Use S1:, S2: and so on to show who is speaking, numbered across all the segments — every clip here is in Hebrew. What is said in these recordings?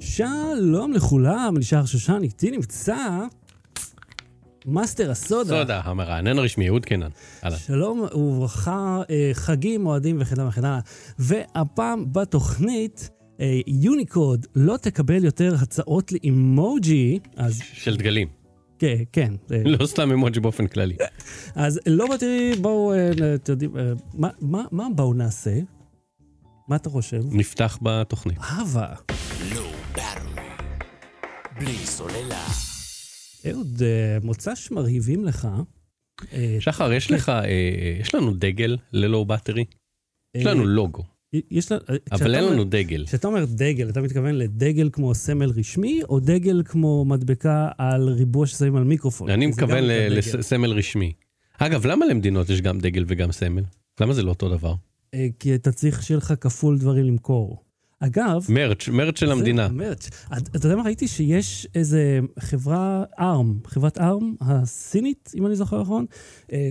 S1: שלום לכולם, אני שער שושן, איתי נמצא מאסטר הסודה.
S2: סודה, המרענן הרשמי, אהוד קינן. הלאה.
S1: שלום וברכה, אה, חגים, מועדים וכן הלאה וכן הלאה. והפעם בתוכנית, אה, יוניקוד לא תקבל יותר הצעות לאימוג'י, אז
S2: של דגלים.
S1: כן, כן. אה,
S2: לא סתם אמוג'י באופן כללי.
S1: אז לא באתי, בואו, אה, נ- אתם יודעים, אה, מה- מה- מה בואו נעשה? מה אתה חושב?
S2: נפתח בתוכנית.
S1: הווה.
S3: לא, בלי סוללה.
S1: אהוד, אה, מוצ"ש מרהיבים לך. אה,
S2: שחר, יש לך, אה, אה, יש לנו דגל ללואו באטרי? יש לנו לוגו,
S1: אה, יש לנו- אה, כשאתה
S2: אבל אין
S1: אומר-
S2: לנו דגל.
S1: כשאתה אומר דגל, אתה מתכוון לדגל כמו סמל רשמי, או דגל כמו מדבקה על ריבוע ששמים על מיקרופון?
S2: אני
S1: כי זה גם
S2: מכוון
S1: נקרא דגל.
S2: לסמל רשמי. אגב, למה למדינות יש גם דגל וגם סמל? למה זה לא אותו דבר?
S1: אה, כי אתה צריך שיהיה לך כפול דברים למכור. אגב...
S2: מרץ', מרץ' של
S1: זה
S2: המדינה.
S1: מרץ'. אתה אתה יודע מה ראיתי? שיש איזה חברה ארם, חברת ארם הסינית, אם אני זוכר נכון, אה,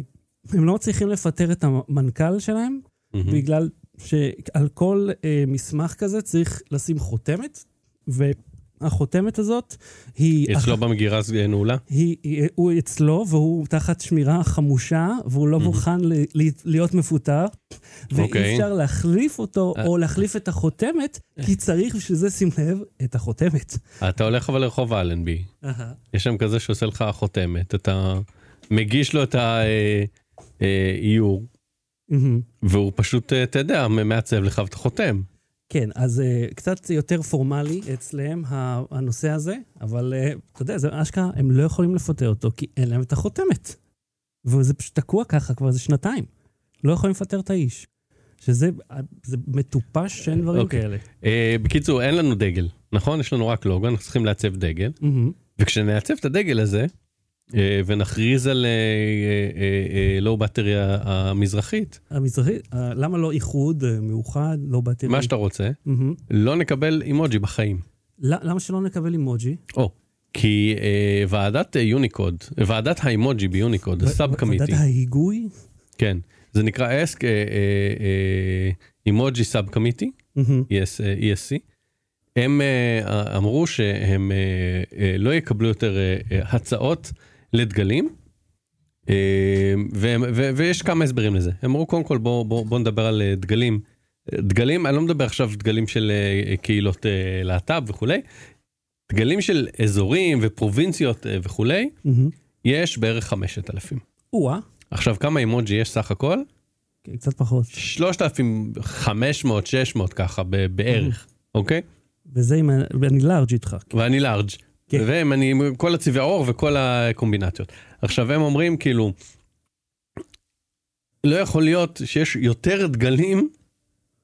S1: הם לא מצליחים לפטר את המנכ"ל שלהם,
S2: מהמם.
S1: בגלל שעל כל אה, מסמך כזה צריך לשים חותמת, והחותמת הזאת היא...
S2: אצלו במגירה זה נעולה?
S1: היא, היא, הוא אצלו והוא תחת שמירה חמושה, והוא לא מוכן ל, ל, להיות מפוטר, ואי
S2: אוקיי.
S1: אפשר להחליף אותו
S2: אה.
S1: או להחליף את החותמת, כי צריך בשביל זה, שים לב, את החותמת.
S2: אתה הולך אבל לרחוב אלנבי, יש שם כזה שעושה לך חותמת, אתה מגיש לו את אה, האיור,
S1: מהמם.
S2: והוא פשוט, אה, אתה יודע, מעצב לך ואתה חותם.
S1: כן, אז uh, קצת יותר פורמלי אצלם ה- הנושא הזה, אבל uh, אתה יודע, זה אשכרה, הם לא יכולים לפטר אותו כי אין להם את החותמת. וזה פשוט תקוע ככה כבר איזה שנתיים. לא יכולים לפטר את האיש. שזה אה, זה מטופש שאין דברים
S2: אוקיי.
S1: כאלה.
S2: אה, בקיצור, אין לנו דגל, נכון? יש לנו רק לוגו, אנחנו צריכים לעצב דגל,
S1: מהמם.
S2: וכשנעצב את הדגל הזה, אה, ונכריז על לואו בטרי המזרחית,
S1: המזרחי, אה, למה לא איחוד, אה, מאוחד, לא באתי...
S2: מה שאתה רוצה,
S1: מהמם.
S2: לא נקבל אימוג'י בחיים.
S1: ל- למה שלא נקבל אימוג'י?
S2: או, כי אה, ועדת אה, יוניקוד, אה, ועדת האימוג'י ביוניקוד, הסאב קמיטי,
S1: ועדת ההיגוי?
S2: כן, זה נקרא אה, אסק אה, אימוג'י סאב קמיטי,
S1: מהמם.
S2: E ESC, הם אה, אמרו שהם אה, אה, לא יקבלו יותר אה, אה, הצעות לדגלים, אה, והם- ו- ויש כמה הסברים לזה. הם אמרו, קודם כל בואו בוא, בוא נדבר על אה, דגלים. אה, דגלים, אני לא מדבר עכשיו דגלים של אה, קהילות אה, להט"ב וכולי, דגלים של אזורים ופרובינציות אה, וכולי,
S1: מהמם.
S2: יש בערך 5,000.
S1: או-אה,
S2: עכשיו, כמה אימוג'י יש סך הכל?
S1: כן, קצת פחות.
S2: 3,500, 600 ככה ב-
S1: Mm.
S2: בערך, אוקיי?
S1: וזה אם... אני- ואני לארג' איתך.
S2: ואני לארג'.
S1: כן.
S2: והם, אני עם כל הצבעי עור וכל הקומבינציות. עכשיו הם אומרים כאילו, לא יכול להיות שיש יותר דגלים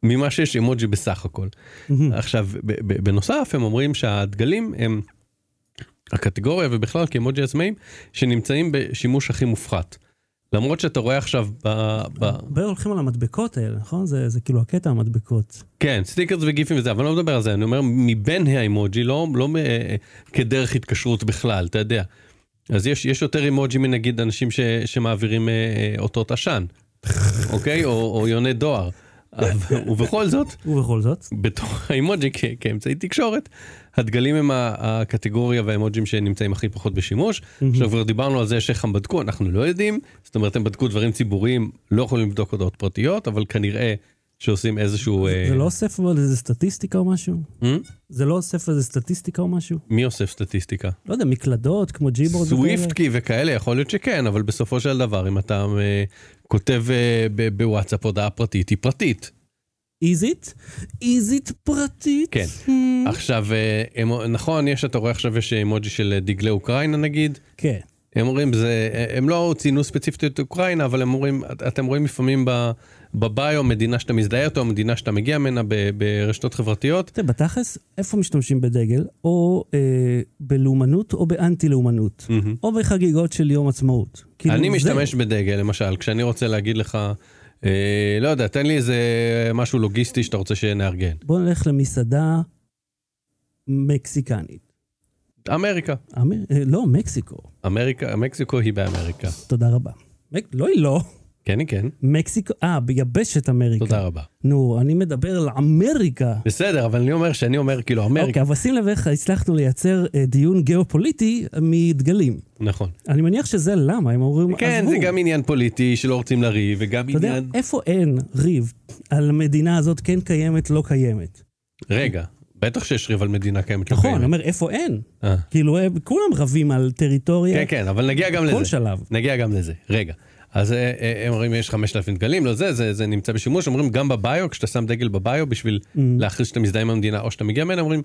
S2: ממה שיש אמוג'י בסך הכל.
S1: מהמם.
S2: עכשיו, ב- ב- בנוסף הם אומרים שהדגלים הם הקטגוריה ובכלל כאמוג'י עצמאים שנמצאים בשימוש הכי מופחת. למרות שאתה רואה עכשיו ב... ב-
S1: הרבה הולכים על המדבקות האלה, נכון? זה זה כאילו הקטע, המדבקות.
S2: כן, סטיקרס וגיפים וזה, אבל אני לא מדבר על זה, אני אומר מבין האימוג'י, לא, לא מ- אה, כדרך התקשרות בכלל, אתה יודע. אז יש, יש יותר אימוג'י מנגיד אנשים ש, שמעבירים אה, אה, אותות עשן, אוקיי? או, או יוני דואר. אבל- ובכל זאת,
S1: ובכל זאת,
S2: בתוך האימוג'י כ- כאמצעי תקשורת, הדגלים הם ה- הקטגוריה והאימוג'ים שנמצאים הכי פחות בשימוש. עכשיו כבר דיברנו על זה שאיך הם בדקו, אנחנו לא יודעים. זאת אומרת, הם בדקו דברים ציבוריים, לא יכולים לבדוק הודעות פרטיות, אבל כנראה שעושים איזשהו...
S1: זה
S2: אה,
S1: זה לא אוסף אבל איזה סטטיסטיקה או משהו?
S2: אה?
S1: זה לא אוסף איזה סטטיסטיקה או משהו?
S2: מי אוסף סטטיסטיקה?
S1: לא יודע, מקלדות כמו ג'יבורד
S2: סוויפטקי וכאלה, יכול להיות שכן, אבל בסופו של דבר, אם אתה אה, כותב אה, ב- בוואטסאפ הודעה פרטית, היא פרטית.
S1: איזית? איזית פרטית?
S2: כן.
S1: Hmm.
S2: עכשיו, אה, הם- נכון, יש, אתה רואה עכשיו, יש אימוג'י של דגלי אוקראינה נגיד.
S1: כן.
S2: הם אומרים, זה, הם לא ציינו ספציפית את אוקראינה, אבל הם אומרים, את- אתם רואים לפעמים ב- בביו מדינה שאתה מזדהה איתו, מדינה שאתה מגיע ממנה ב- ברשתות חברתיות.
S1: תראה, בתכלס, איפה משתמשים בדגל? או אה, בלאומנות או באנטי-לאומנות. או בחגיגות של יום עצמאות. Mm-hmm. כאילו,
S2: Mm. אני
S1: זהו.
S2: משתמש בדגל, למשל, כשאני רוצה להגיד לך, אה, לא יודע, תן לי איזה משהו לוגיסטי שאתה רוצה שנארגן.
S1: בוא נלך למסעדה מקסיקנית.
S2: אמריקה.
S1: אמר- אה, לא, מקסיקו.
S2: אמריקה, מקסיקו היא באמריקה.
S1: תודה רבה. מק- לא היא לא.
S2: כן, היא כן.
S1: מקסיקו, אה, ביבשת אמריקה.
S2: תודה רבה.
S1: נו, אני מדבר על אמריקה.
S2: בסדר, אבל אני אומר שאני אומר כאילו אמריקה.
S1: אוקיי, אבל שים לב איך הצלחנו לייצר אה, דיון גיאופוליטי מדגלים.
S2: נכון.
S1: אני מניח שזה למה, הם אומרים,
S2: כן,
S1: עזבו.
S2: זה גם עניין פוליטי שלא רוצים לריב, וגם
S1: אתה יודע,
S2: עניין...
S1: איפה אין ריב על המדינה הזאת כן קיימת, לא קיימת?
S2: כן, רגע, בטח שיש ריב על מדינה קיימת. לא
S1: נכון, אני
S2: קיימת.
S1: אומר, איפה אין?
S2: אה.
S1: כאילו, הם- כולם רבים על טריטוריה,
S2: כן, כן, אבל נגיע גם לזה.
S1: כל שלב.
S2: נגיע גם לזה. רגע. אז אה, אה, הם אומרים, יש 5,000 דגלים, לא זה, זה, זה נמצא בשימוש, אומרים גם בביו, כשאתה שם דגל בביו בשביל
S1: Mm-hmm.
S2: להכריז שאתה מזדהה עם המדינה או שאתה מגיע ממנה, אומרים,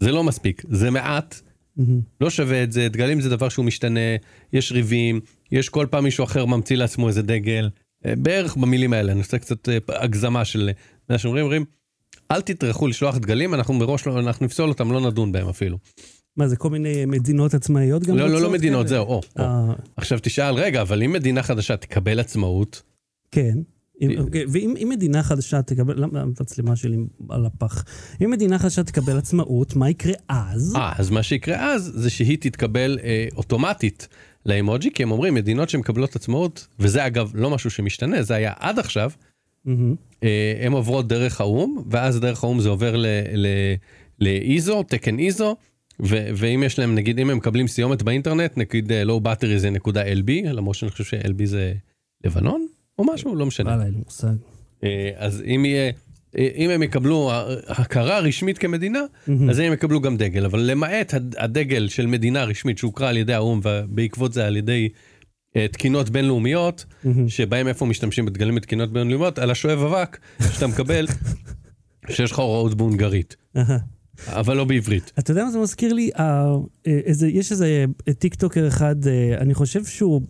S2: זה לא מספיק, זה מעט,
S1: Mm-hmm.
S2: לא שווה את זה, דגלים זה דבר שהוא משתנה, יש ריבים, יש כל פעם מישהו אחר ממציא לעצמו איזה דגל, אה, בערך במילים האלה, אני עושה קצת אה, הגזמה של אה, מה שאומרים, אומרים, אל תטרחו לשלוח דגלים, אנחנו מראש, לא, אנחנו נפסול אותם, לא נדון בהם אפילו.
S1: מה, זה כל מיני מדינות עצמאיות גם?
S2: לא, לא, לא
S1: רוצות
S2: מדינות,
S1: כאלה?
S2: זהו, או, או.
S1: אה,
S2: עכשיו תשאל, רגע, אבל אם מדינה חדשה תקבל עצמאות,
S1: כן. אם-
S2: היא-
S1: אוקיי, ואם אם מדינה חדשה תקבל, למה למה המצלמה שלי על הפח? אם מדינה חדשה תקבל עצמאות, מה יקרה אז?
S2: אה, אז מה שיקרה אז, זה שהיא תתקבל אה, אוטומטית לאימוג'י, כי הם אומרים, מדינות שמקבלות עצמאות, וזה אגב לא משהו שמשתנה, זה היה עד עכשיו,
S1: מהמם.
S2: אה, הן עוברות דרך האו"ם, ואז דרך האו"ם זה עובר ל- ל- לאיזו, תקן איזו, ו- ואם יש להם, נגיד, אם הם מקבלים סיומת באינטרנט, נגיד אה, low battery זה נקודה LB, למרות שאני חושב ש-LB זה לבנון, או משהו, לא משנה.
S1: וואלה, אין לי מושג.
S2: אה, אז אם יהיה, אה, אם הם יקבלו ה- הכרה רשמית כמדינה,
S1: מהמם.
S2: אז הם יקבלו גם דגל, אבל למעט הד- הדגל של מדינה רשמית שהוכרה על ידי האו"ם, ובעקבות זה על ידי אה, תקינות בינלאומיות,
S1: מהמם.
S2: שבהם איפה משתמשים בדגלים בתקינות בינלאומיות, על השואב אבק שאתה מקבל, שיש לך הוראות בהונגרית,
S1: אהה.
S2: אבל לא בעברית.
S1: אתה יודע מה זה מזכיר לי? אה, אה, איזה, יש איזה אה, טיקטוקר אחד, אה, אני חושב שהוא,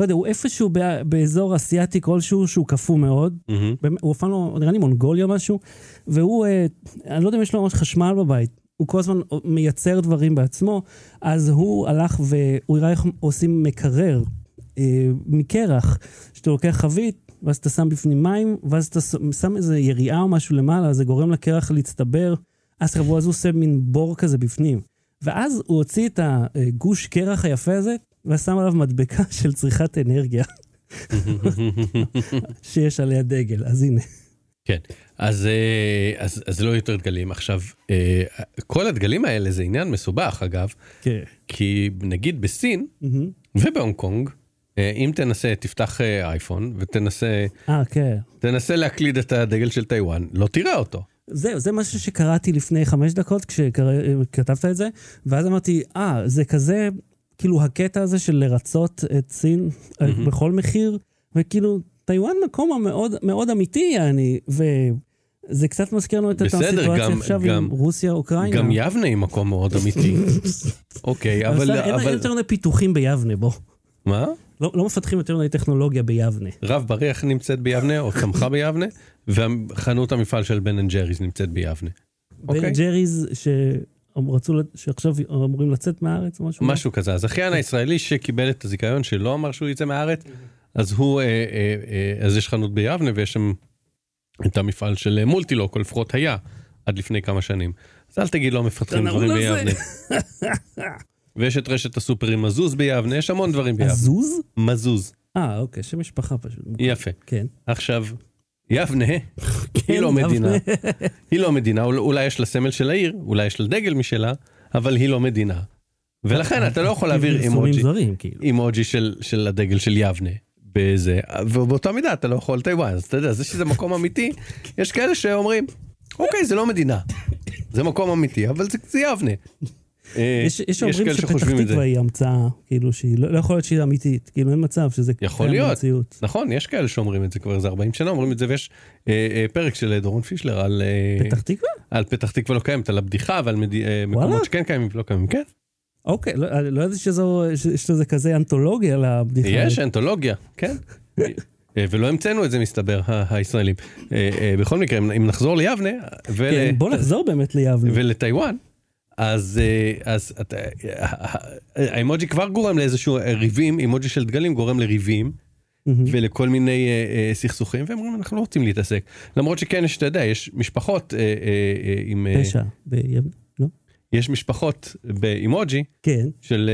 S1: לא יודע, הוא איפשהו בא- באזור אסיאתי כלשהו, שהוא קפוא מאוד.
S2: מהמם.
S1: באמת, הוא אף פעם לא, נראה לי מונגוליה או משהו, והוא, אה, אני לא יודע אם יש לו ממש חשמל בבית, הוא כל הזמן מייצר דברים בעצמו, אז הוא הלך והוא הראה איך עושים מקרר אה, מקרח, שאתה לוקח חבית, ואז אתה שם בפנים מים, ואז אתה ש- שם איזה יריעה או משהו למעלה, זה גורם לקרח להצטבר, אז חברו, אז הוא עושה מין בור כזה בפנים. ואז הוא הוציא את הגוש קרח היפה הזה, ושם עליו מדבקה של צריכת אנרגיה, שיש עליה דגל, אז הנה.
S2: כן, אז, אה, אז, אז לא יהיו יותר דגלים. עכשיו, אה, כל הדגלים האלה זה עניין מסובך, אגב,
S1: כן.
S2: כי נגיד בסין,
S1: מהמם.
S2: ובהונג קונג, אה, אם תנסה, תפתח אה, אייפון ותנסה
S1: אה, כן.
S2: תנסה להקליד את הדגל של טיוואן, לא תראה אותו.
S1: זהו, זה משהו שקראתי לפני חמש דקות כשכתבת את זה, ואז אמרתי, אה, זה כזה, כאילו הקטע הזה של לרצות את סין אה,
S2: מהמם.
S1: בכל מחיר, וכאילו, טיוואן מקום המאוד מאוד אמיתי, אני, וזה קצת מזכיר לנו את אותה
S2: בסדר,
S1: סיטואציה
S2: גם-
S1: עכשיו
S2: גם-
S1: עם רוסיה, אוקראינה.
S2: גם יבנה היא מקום מאוד אמיתי. אוקיי,
S1: אבל...
S2: אבל...
S1: בסדר, אין-
S2: אבל-
S1: אין יותר מדי פיתוחים ביבנה, בוא.
S2: מה?
S1: לא לא מפתחים יותר מדי טכנולוגיה ביבנה.
S2: רב בריח נמצאת ביבנה, או צמחה ביבנה, וחנות המפעל של בן אנד ג'ריס נמצאת ביבנה.
S1: בן
S2: אוקיי.
S1: ג'ריז, שרצו, שעכשיו אמורים לצאת מהארץ או משהו.
S2: משהו כזה. אז אחיין הישראלי שקיבל את הזיכיון שלא אמר שהוא יצא מהארץ, אז הוא, אה, אה, אה, אז יש חנות ביבנה ויש שם את המפעל של אה, מולטילוק, או לפחות היה, עד לפני כמה שנים. אז אל תגיד לא מפתחים
S1: תנערו
S2: דברים
S1: לזה.
S2: ביבנה. ויש את רשת הסופרים מזוז ביבנה, יש המון דברים ביבנה.
S1: הזוז?
S2: מזוז,
S1: אה, אוקיי, שם משפחה פשוט.
S2: יפה.
S1: כן.
S2: עכשיו, יבנה, היא לא מדינה, היא לא מדינה, אול- אולי יש לה סמל של העיר, אולי יש לה דגל משלה, אבל היא לא מדינה. ולכן אתה לא יכול להעביר
S1: פרסומים
S2: אימוג'י,
S1: זרים, כאילו.
S2: אימוג'י של, של הדגל של יבנה. בזה, ובאותה מידה אתה לא יכול טיוואן, אז אתה יודע, זה שזה מקום אמיתי, יש כאלה שאומרים, אוקיי, זה לא מדינה, זה מקום אמיתי, אבל זה, זה יבנה. אה,
S1: יש יש שאומרים
S2: כאלה
S1: שפתח
S2: שחושבים את זה.
S1: תקווה היא המצאה, כאילו שהיא לא לא יכול להיות שהיא אמיתית, כאילו אין מצב שזה
S2: יכול
S1: קיים
S2: להיות.
S1: במציאות.
S2: נכון, יש כאלה שאומרים את זה כבר איזה 40 שנה, אומרים את זה, ויש אה, אה, פרק של אה, דורון פישלר על אה,
S1: פתח תקווה?
S2: על פתח תקווה לא קיימת, על הבדיחה ועל מדי- אה, מקומות
S1: וואלה?
S2: שכן קיימים ולא קיימים, כן.
S1: אוקיי, לא אני לא ידעתי שזו- ש- שיש לזה כזה אנתולוגיה לבדיחה.
S2: יש
S1: הזאת.
S2: אנתולוגיה, כן. אה, ולא המצאנו את זה מסתבר, ה- הישראלים. אה, אה, בכל מקרה, אם- אם נחזור ליבנה ול-
S1: כן, בוא נחזור באמת ליבנה.
S2: ולטיוואן, אז אה, אז אתה- אה, ה- האימוג'י כבר גורם לאיזשהו אה, ריבים, אימוג'י של דגלים גורם לריבים.
S1: מהמם.
S2: ולכל מיני אה, אה, סכסוכים, והם אומרים, אנחנו לא רוצים להתעסק. למרות שכן, יש, אתה יודע, יש משפחות אה, אה, אה, עם... אה,
S1: פשע ביבנה, לא?
S2: יש משפחות באימוג'י
S1: כן.
S2: של,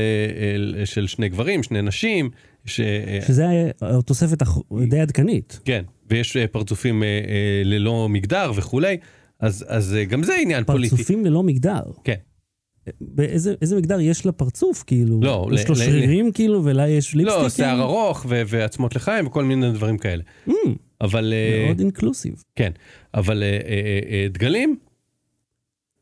S2: אה, אה, של שני גברים, שני נשים, ש... אה,
S1: שזה התוספת הח- די עדכנית.
S2: כן, ויש אה, פרצופים אה, אה, ללא מגדר וכולי, אז, אז אה, גם זה עניין פוליטי.
S1: פרצופים ללא מגדר. אה,
S2: כן.
S1: באיזה איזה מגדר יש לה פרצוף, כאילו?
S2: לא,
S1: יש
S2: ל-
S1: לו
S2: ל-
S1: שרירים, כאילו, ולה יש ליפסטיקים?
S2: לא, שיער ארוך ו- ועצמות לחיים וכל מיני דברים כאלה.
S1: Mm,
S2: אבל, אה,
S1: מאוד אינקלוסיב.
S2: כן, אבל אה, אה, אה, אה, דגלים?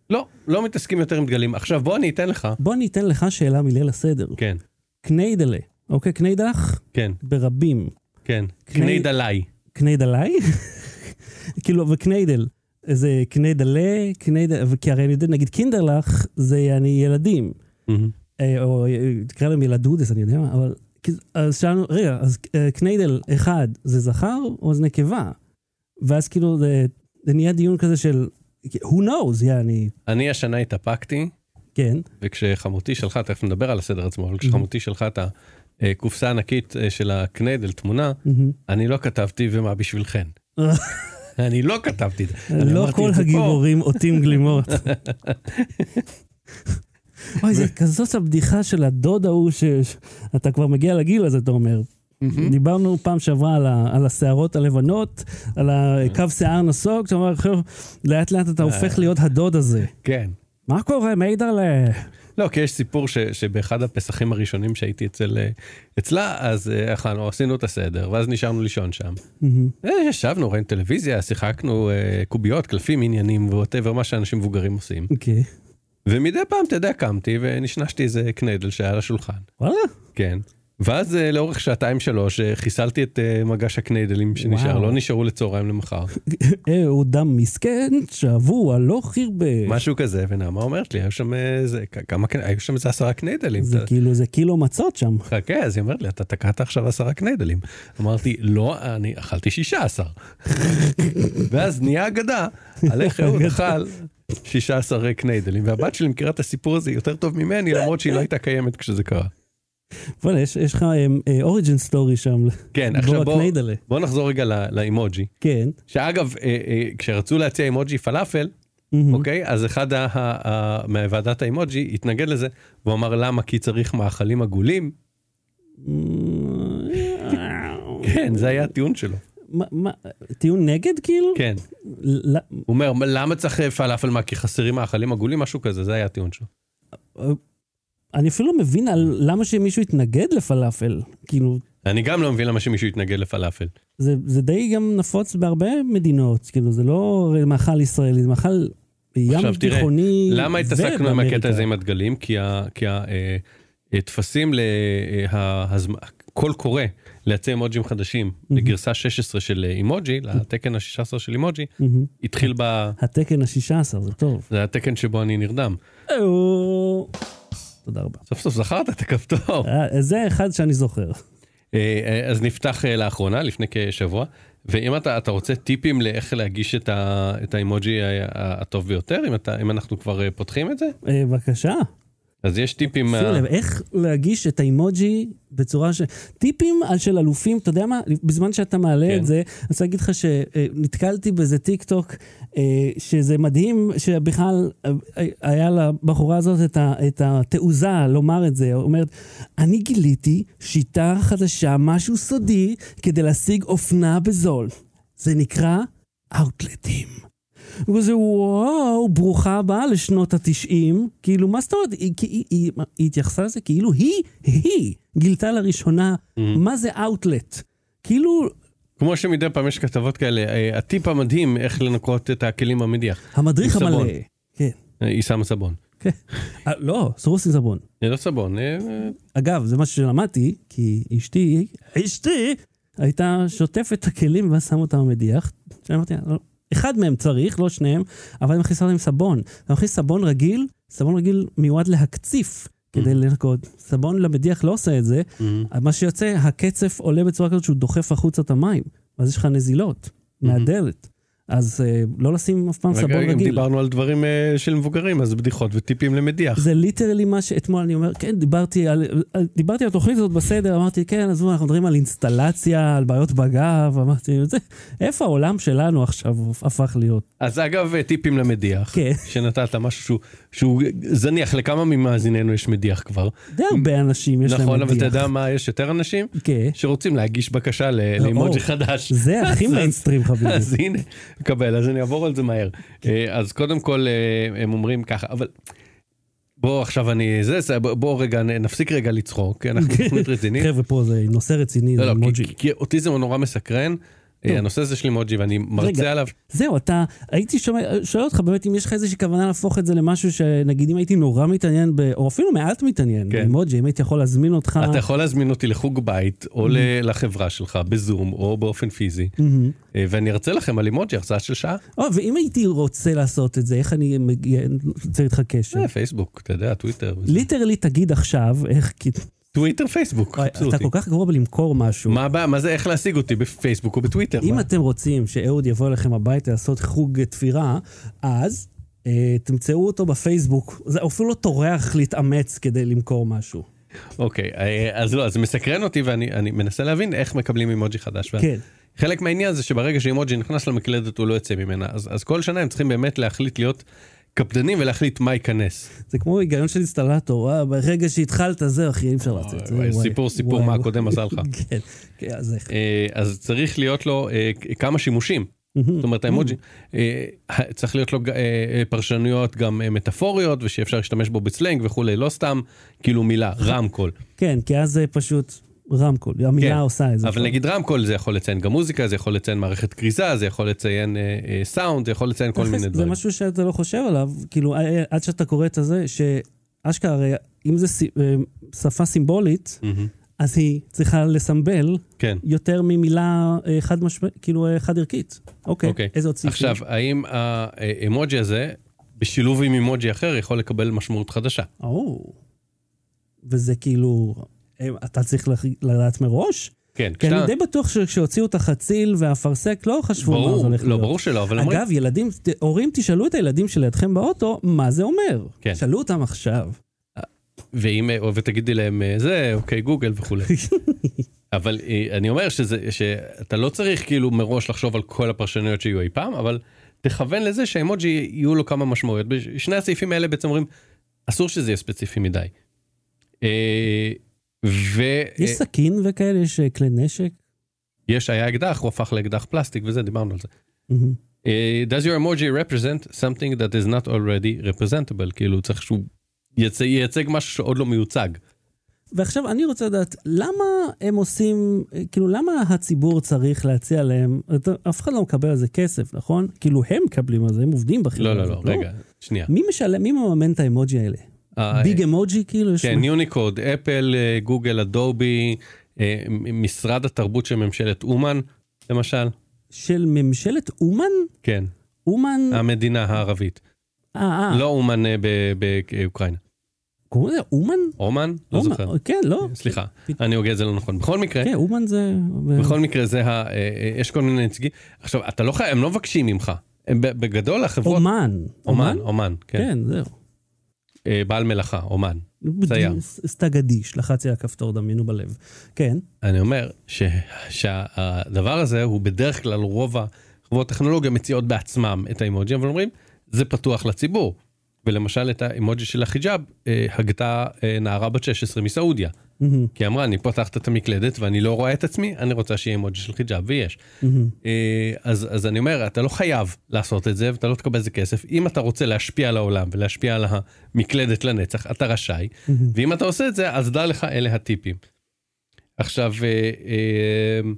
S2: לא, לא מתעסקים יותר עם דגלים. עכשיו בוא אני אתן לך.
S1: בוא אני אתן לך שאלה מליל הסדר.
S2: כן,
S1: קניידלה, אוקיי? קניידלך
S2: כן,
S1: ברבים.
S2: כן.
S1: קני-
S2: קניידלי.
S1: קניידלי? כאילו, וקניידל. זה קניידלה, קניידל, כי הרי אני יודע, נגיד קינדרלך זה יעני ילדים.
S2: מהמם.
S1: אה, או אה, תקרא להם ילדודס, אני יודע מה, אבל... כי- אז שאלנו, רגע, אז אה, קניידל אחד זה זכר או זה נקבה? ואז כאילו זה, זה נהיה דיון כזה של who knows, יעני,
S2: אני השנה התאפקתי,
S1: כן,
S2: וכשחמותי שלחה, תכף נדבר על הסדר עצמו, אבל כשחמותי שלחה את הקופסה הענקית אה, של הקניידל תמונה,
S1: מהמם.
S2: אני לא כתבתי ומה בשבילכן. אני לא כתבתי את זה. אני
S1: לא
S2: אמרתי
S1: כל
S2: את זה פה.
S1: הגיבורים עוטים גלימות. אוי, זה כזאת הבדיחה של הדוד ההוא, שאתה כבר מגיע לגיל הזה, אתה אומר. דיברנו פעם שעברה על, ה... על השערות הלבנות, על הקו שיער נסוג, אתה אומר, "חבר'ה, לאט לאט אתה הופך להיות הדוד הזה.
S2: כן.
S1: מה קורה, מיידרלה?
S2: לא, כי יש סיפור ש, שבאחד הפסחים הראשונים שהייתי אצל, אה, אצלה, אז אה, אכלנו, עשינו את הסדר, ואז נשארנו לישון שם. אה, ישבנו, ראינו טלוויזיה, שיחקנו אה, קוביות, קלפים, עניינים ווואטאבר, מה שאנשים מבוגרים עושים.
S1: אוקיי.
S2: ומדי פעם, אתה יודע, קמתי ונשנשתי איזה קנדל שהיה על השולחן.
S1: וואלה.
S2: כן. ואז אה, לאורך שעתיים-שלוש אה, חיסלתי את אה, מגש הקניידלים שנשאר,
S1: וואו.
S2: לא נשארו לצהריים למחר.
S1: אה, הוא דם מסכן, שבוע, לא חירבה.
S2: משהו כזה, ונעמה אומרת לי, היו שם איזה, כ- כמה, קני- היו שם איזה עשרה קניידלים.
S1: זה
S2: אתה-
S1: כאילו, זה קילו מצות שם.
S2: חכה, אז היא אומרת לי, אתה תקעת עכשיו עשרה קניידלים. אמרתי, לא, אני אכלתי שישה עשר. ואז נהיה אגדה על איך אהוד אכל שישה עשר קניידלים. והבת שלי מכירה את הסיפור הזה יותר טוב ממני, למרות שהיא לא הייתה קיימת כשזה קרה.
S1: וואלה, יש יש לך אה, אוריג'ן סטורי שם.
S2: כן, עכשיו בוא,
S1: הקניידלה.
S2: בוא נחזור רגע לא- לאימוג'י.
S1: כן.
S2: שאגב, אה, אה, כשרצו להציע אימוג'י פלאפל,
S1: מהמם.
S2: אוקיי? אז אחד ה- ה- ה- מוועדת האימוג'י התנגד לזה, והוא אמר למה? כי צריך מאכלים עגולים. כן, זה היה הטיעון שלו.
S1: מה, מה, טיעון נגד כאילו?
S2: כן.
S1: ל-
S2: הוא אומר, למה צריך אה, פלאפל מה? כי חסרים מאכלים עגולים? משהו כזה, זה היה הטיעון שלו.
S1: אני אפילו לא מבין על למה שמישהו יתנגד לפלאפל. כאילו,
S2: אני גם לא מבין למה שמישהו יתנגד לפלאפל.
S1: זה, זה די גם נפוץ בהרבה מדינות. כאילו, זה לא הרי מאכל ישראלי, זה מאכל ים
S2: עכשיו תראה,
S1: תיכוני
S2: למה התעסקנו עם
S1: ובאמריקה.
S2: הקטע הזה עם הדגלים? כי ה- כי ה- אה, אה, טפסים ל... אה, ההזמ- קול קורא לייצא אימוג'ים חדשים לגרסה 16 של אימוג'י, לתקן ה-16 של אימוג'י,
S1: מהמם.
S2: התחיל ב...
S1: התקן ה-16, זה טוב.
S2: זה התקן שבו אני נרדם.
S1: אהו. תודה רבה.
S2: סוף סוף זכרת את הכפתור.
S1: אה, זה אחד שאני זוכר.
S2: אה, אה, אז נפתח אה, לאחרונה, לפני כשבוע, ואם אתה, אתה רוצה טיפים לאיך להגיש את, ה, את האימוג'י ה- ה- הטוב ביותר, אם, אתה, אם אנחנו כבר אה, פותחים את זה,
S1: אה, בבקשה.
S2: אז יש טיפים...
S1: שימו
S2: אה,
S1: לב, איך להגיש את האימוג'י בצורה ש... טיפים על של אלופים, אתה יודע מה? בזמן שאתה מעלה
S2: כן.
S1: את זה, אני רוצה להגיד לך אה, שנתקלתי באיזה טיק טוק, אה, שזה מדהים שבכלל אה, היה לבחורה הזאת את, ה, את התעוזה לומר את זה. היא אומרת, אני גיליתי שיטה חדשה, משהו סודי, כדי להשיג אופנה בזול. זה נקרא אאוטלטים. וזה וואו, ברוכה הבאה לשנות התשעים. כאילו, מה זאת אומרת? היא, כי היא, היא, היא התייחסה לזה כאילו היא, היא גילתה לראשונה מה זה אאוטלט. כאילו,
S2: כמו שמדי פעם יש כתבות כאלה, אה, הטיפ המדהים איך לנקות את הכלים במדיח,
S1: המדריך
S2: עם
S1: המלא.
S2: סבון.
S1: כן.
S2: אה, היא שמה סבון.
S1: כן. אה, לא, סרוס עם סבון.
S2: אה, לא סבון, אה, אה,
S1: אגב, זה משהו שלמדתי, כי אשתי, אשתי, הייתה שוטפת את הכלים ואז שמה אותם במדיח. שאמרתי, לה, לא, אחד מהם צריך, לא שניהם, אבל היא מכניסה להם סבון. אתה מכניס סבון רגיל, סבון רגיל מיועד להקציף
S2: Mm.
S1: כדי לנקות. סבון למדיח לא עושה את זה, מה שיוצא, הקצף עולה בצורה כזאת שהוא דוחף החוצה את המים, ואז יש לך נזילות מהדלת. אז אה, לא לשים אף פעם
S2: Mm-hmm. רגע,
S1: סבון
S2: אם
S1: רגיל.
S2: דיברנו על דברים אה, של מבוגרים, אז בדיחות וטיפים למדיח.
S1: זה ליטרלי מה שאתמול אני אומר, כן, דיברתי על, על- דיברתי על התוכנית הזאת בסדר, אמרתי, כן, עזבו, אנחנו מדברים על אינסטלציה, על בעיות בגב, אמרתי, זה, איפה העולם שלנו עכשיו הפך להיות?
S2: אז אגב, אה, טיפים למדיח,
S1: כן.
S2: שנתת משהו שהוא, שהוא זניח, לכמה ממאזיננו יש מדיח כבר?
S1: די הרבה אנשים יש להם
S2: נכון, אבל אתה
S1: מדיח.
S2: יודע מה, יש יותר אנשים
S1: כן.
S2: שרוצים להגיש בקשה ל- לאימוג'י חדש.
S1: אה, זה הכי
S2: אז-
S1: מיינסטרים חביבי.
S2: אז הנה, קבל, אז אני אעבור על זה מהר. אה, אז קודם כל, אה, הם אומרים ככה, אבל... בוא עכשיו אני זה, זה בוא- בוא רגע נ- נפסיק רגע לצחוק, כי אנחנו
S1: כן.
S2: תוכנית רצינית.
S1: חבר'ה, פה זה נושא רציני,
S2: לא,
S1: זה
S2: לא, כי-
S1: מוג'י.
S2: כי- כי אותי זה נורא מסקרן. אה,
S1: נו.
S2: הנושא הזה של אימוג'י ואני מרצה
S1: רגע.
S2: עליו.
S1: זהו, אתה, הייתי שומע, שואל אותך באמת אם יש לך איזושהי כוונה להפוך את זה למשהו שנגיד אם הייתי נורא מתעניין, ב, או אפילו מעט מתעניין,
S2: כן.
S1: באימוג'י, אם הייתי יכול להזמין אותך.
S2: אתה יכול להזמין אותי לחוג בית או ל- לחברה שלך בזום או באופן פיזי,
S1: מהמם.
S2: אה, ואני ארצה לכם על אימוג'י הרצאה של שעה.
S1: או, אה, ואם הייתי רוצה לעשות את זה, איך אני מגיע, יוצר איתך קשר?
S2: אה, פייסבוק, אתה יודע, טוויטר. וזה.
S1: ליטרלי תגיד עכשיו איך, כי
S2: טוויטר, פייסבוק, חפשו
S1: אתה
S2: אותי.
S1: כל כך גרוע בלמכור משהו.
S2: מה הבעיה? מה זה, איך להשיג אותי בפייסבוק או בטוויטר?
S1: אם
S2: מה?
S1: אתם רוצים שאהוד יבוא אליכם הביתה לעשות חוג תפירה, אז אה, תמצאו אותו בפייסבוק. זה אפילו לא טורח להתאמץ כדי למכור משהו.
S2: אוקיי, אה, אז לא, אז זה מסקרן אותי ואני אני מנסה להבין איך מקבלים אימוג'י חדש. ואז-
S1: כן.
S2: חלק מהעניין זה שברגע שאימוג'י נכנס למקלדת הוא לא יוצא ממנה, אז אז כל שנה הם צריכים באמת להחליט להיות קפדנים ולהחליט מה ייכנס.
S1: זה כמו היגיון של אינסטלטור, אה, ברגע שהתחלת, זהו, אחי, אי אפשר לעשות את זה.
S2: וואי,
S1: וואי,
S2: סיפור, סיפור,
S1: וואי,
S2: מה
S1: וואי.
S2: הקודם עשה לך.
S1: כן, כן, אז איך.
S2: אה, אז צריך להיות לו אה, כמה שימושים. זאת אומרת האימוג'י, אה, ה- צריך להיות לו ג- אה, אה, פרשנויות גם אה, מטאפוריות ושאפשר להשתמש בו בסלנג וכולי, לא סתם כאילו מילה, רמקול.
S1: כן, כי אז זה פשוט רמקול, המילה עושה את זה.
S2: כן.
S1: נכון.
S2: אבל נגיד רמקול זה יכול לציין גם מוזיקה, זה יכול לציין מערכת כריזה, זה יכול לציין אה, אה, סאונד, זה יכול לציין כל
S1: תכלס,
S2: מיני
S1: זה
S2: דברים.
S1: משהו שאתה לא חושב עליו, כאילו, אה, אה, עד שאתה קורא את הזה, שאשכרה, הרי אם זו שפה סימבולית,
S2: מהמם.
S1: אז היא צריכה לסמבל
S2: כן,
S1: יותר ממילה אה, חד משמעית, כאילו אה, חד ערכית. אוקיי,
S2: אוקיי.
S1: איזה עוד סעיף?
S2: עכשיו,
S1: יש?
S2: האם האמוג'י הזה, בשילוב עם אימוג'י אחר, יכול לקבל משמעות חדשה?
S1: או. וזה כאילו, אה, אתה צריך לח- לדעת מראש?
S2: כן,
S1: כי
S2: כשאתה-
S1: אני די בטוח שכשהוציאו את החציל והאפרסק לא חשבו מה זה
S2: ברור,
S1: הולך
S2: לא,
S1: להיות.
S2: ברור שלא, אבל אומרים,
S1: אגב, ילדים, ת- הורים, תשאלו את הילדים שלידכם באוטו, מה זה אומר.
S2: כן.
S1: שאלו אותם עכשיו.
S2: ואם, אה, ותגידי להם אה, זה, אוקיי, גוגל וכולי. אבל אה, אני אומר שזה, שאתה לא צריך כאילו מראש לחשוב על כל הפרשנויות שיהיו אי פעם, אבל תכוון לזה שהאמוג'י יהיו לו כמה משמעויות. בש- שני הסעיפים האלה בעצם אומרים, אסור שזה יהיה ספציפי מדי. אה, ו...
S1: יש
S2: אה,
S1: סכין וכאלה, יש אה, כלי נשק?
S2: יש, היה אקדח, הוא הפך לאקדח פלסטיק וזה, דיברנו על זה.
S1: מהמם.
S2: אה, does your emoji represent something that is not already representable? כאילו צריך שהוא יצא- ייצג משהו שעוד לא מיוצג.
S1: ועכשיו אני רוצה לדעת, למה הם עושים, כאילו, למה הציבור צריך להציע להם, אתה- אף אחד לא מקבל על זה כסף, נכון? כאילו, הם מקבלים על זה, הם עובדים בחברה
S2: לא, לא, לא,
S1: הזאת,
S2: רגע, שנייה.
S1: מי משלם, מי מממן את האמוג'י האלה?
S2: אה,
S1: ביג אמוג'י, כאילו? יש-
S2: כן, יוניקוד, אפל, אה, גוגל, אדובי, אה, מ- משרד התרבות של ממשלת אומן, למשל.
S1: של ממשלת אומן?
S2: כן,
S1: אומן?
S2: המדינה הערבית.
S1: אה, אה,
S2: לא אומן אה, ב- באוקראינה.
S1: קוראים לזה אומן?
S2: אומן? לא
S1: אומן,
S2: זוכר.
S1: כן, לא.
S2: סליחה,
S1: פת-
S2: אני הוגה את זה לא נכון. בכל מקרה,
S1: כן, אומן זה...
S2: בכל מקרה זה ה... אה, אה, יש כל מיני נציגים. עכשיו, אתה לא חייב, הם לא מבקשים ממך. הם ב- בגדול החברות...
S1: אומן.
S2: אומן, אומן, כן.
S1: כן, זהו.
S2: אה, בעל מלאכה, אומן. צייר.
S1: ס- סטגדיש, לחצתי על הכפתור, דמיינו בלב. כן,
S2: אני אומר ש- שהדבר הזה הוא בדרך כלל רוב החברות טכנולוגיה מציעות בעצמם את האימוג'י, אבל אומרים זה פתוח לציבור. ולמשל את האימוג'י של החיג'אב אה, הגתה אה, נערה בת 16 מסעודיה.
S1: מהמם,
S2: כי היא אמרה אני פותחת את המקלדת ואני לא רואה את עצמי, אני רוצה שיהיה אימוג'י של חיג'אב ויש.
S1: מהמם.
S2: אה, אז, אז אני אומר אתה לא חייב לעשות את זה ואתה לא תקבל איזה כסף. אם אתה רוצה להשפיע על העולם ולהשפיע על המקלדת לנצח אתה רשאי.
S1: מהמם.
S2: ואם אתה עושה את זה, אז דע לך, אלה הטיפים. עכשיו, אה, אה,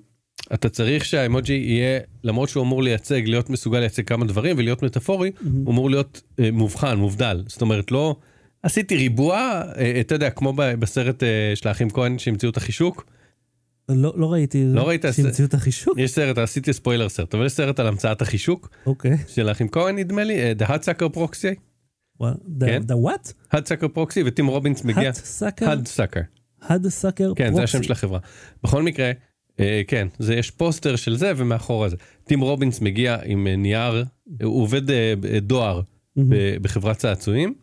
S2: אתה צריך שהאמוג'י יהיה, למרות שהוא אמור לייצג, להיות מסוגל לייצג כמה דברים ולהיות מטאפורי, הוא אמור להיות אה, מובחן, מובדל. זאת אומרת, לא... עשיתי ריבוע, אה, אתה יודע, כמו ב- בסרט אה, של האחים כהן שהמציאו את החישוק,
S1: לא לא ראיתי
S2: לא ראית? כן.
S1: שהמציאו את החישוק.
S2: יש סרט, עשיתי ספוילר סרט, אבל יש סרט על המצאת החישוק
S1: אוקיי.
S2: של האחים כהן נדמה לי, אה, The Hot Sucker Proxy,
S1: וואלה.
S2: כן?
S1: The what?
S2: Hot Sucker Proxy וטים רובינס מגיע,
S1: hot sucker?
S2: Hot Sucker,
S1: hot sucker
S2: כן, זה
S1: proxy.
S2: השם של החברה. בכל מקרה, אה, כן, זה יש פוסטר של זה ומאחורה זה. טים רובינס מגיע עם אה, נייר, הוא עובד אה, ב- אה, דואר ב- בחברת צעצועים,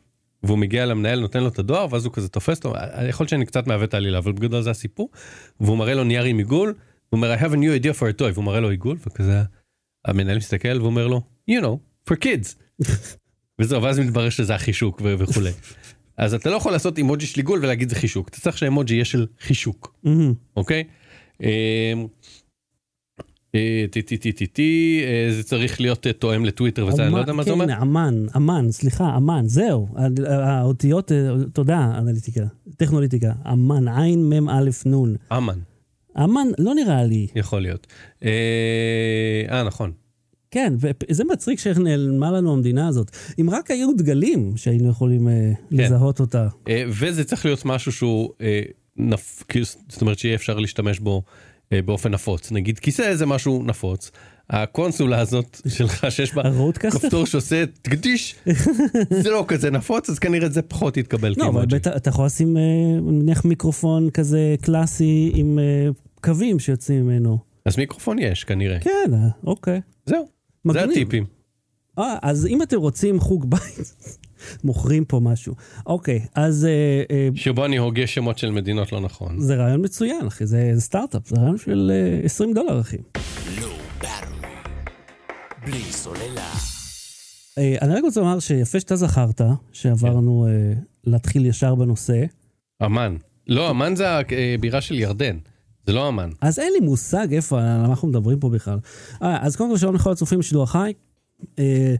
S2: והוא מגיע למנהל, נותן לו את הדואר, ואז הוא כזה תופס אותו, אה, יכול להיות שאני קצת מעוות את העלילה, אבל בגדול זה הסיפור, והוא מראה לו נייר עם עיגול, הוא אומר, I have a new idea for a toy, והוא מראה לו עיגול, וכזה, המנהל מסתכל ואומר לו, you know, for kids. וזהו, ואז מתברר שזה החישוק ו- וכולי. אז אתה לא יכול לעשות אימוג'י של עיגול ולהגיד זה חישוק, אתה צריך שהאימוג'י יהיה של חישוק.
S1: מהמם.
S2: אוקיי? אמ, אה, טי טי טי טי טי, אה, זה צריך להיות אה, תואם לטוויטר וזה, אני לא יודע מה זה אומר.
S1: כן, אמן, אמן, סליחה, אמן, זהו. ה- ה- האותיות, אה, תודה, אנליטיקה, טכנוליטיקה. אמן, עין, מם, א', נון.
S2: אמן,
S1: אמן, לא נראה לי.
S2: יכול להיות. אה, אה, נכון.
S1: כן, וזה מצחיק שאיך נעלמה לנו המדינה הזאת. אם רק היו דגלים שהיינו יכולים אה,
S2: כן.
S1: לזהות אותה.
S2: אה, וזה צריך להיות משהו שהוא, אה, נפ- כאילו, זאת אומרת שיהיה אפשר להשתמש בו אה, באופן נפוץ. נגיד כיסא זה משהו נפוץ. הקונסולה הזאת שלך שיש בה
S1: הרודקאסטר?
S2: כפתור שעושה תקדיש, זה לא כזה נפוץ, אז כנראה זה פחות יתקבל
S1: לא, אבל
S2: כאימוג'י.
S1: בטח, אתה יכול לשים, אה, נניח, מיקרופון כזה קלאסי עם אה, קווים שיוצאים ממנו.
S2: אז מיקרופון יש כנראה.
S1: כן, אה, אוקיי.
S2: זהו, זה
S1: מגניב.
S2: הטיפים.
S1: אה, אז אם אתם רוצים חוג בית, מוכרים פה משהו. אוקיי, אז אה, אה,
S2: שבו אני הוגה שמות של מדינות לא נכון.
S1: זה רעיון מצוין, אחי, זה זה סטארט-אפ, זה רעיון של אה, 20 דולר, אחי.
S3: Low Battery. לא בלי סוללה.
S1: אה, אני רק רוצה לומר שיפה שאתה זכרת, שעברנו אה, להתחיל ישר בנושא,
S2: אמן. לא, אמן זה הבירה של ירדן. זה לא אמן.
S1: אז אין לי מושג איפה, על מה אנחנו מדברים פה בכלל. אה, אז קודם כל שלום לכל הצופים בשידור החי. אה,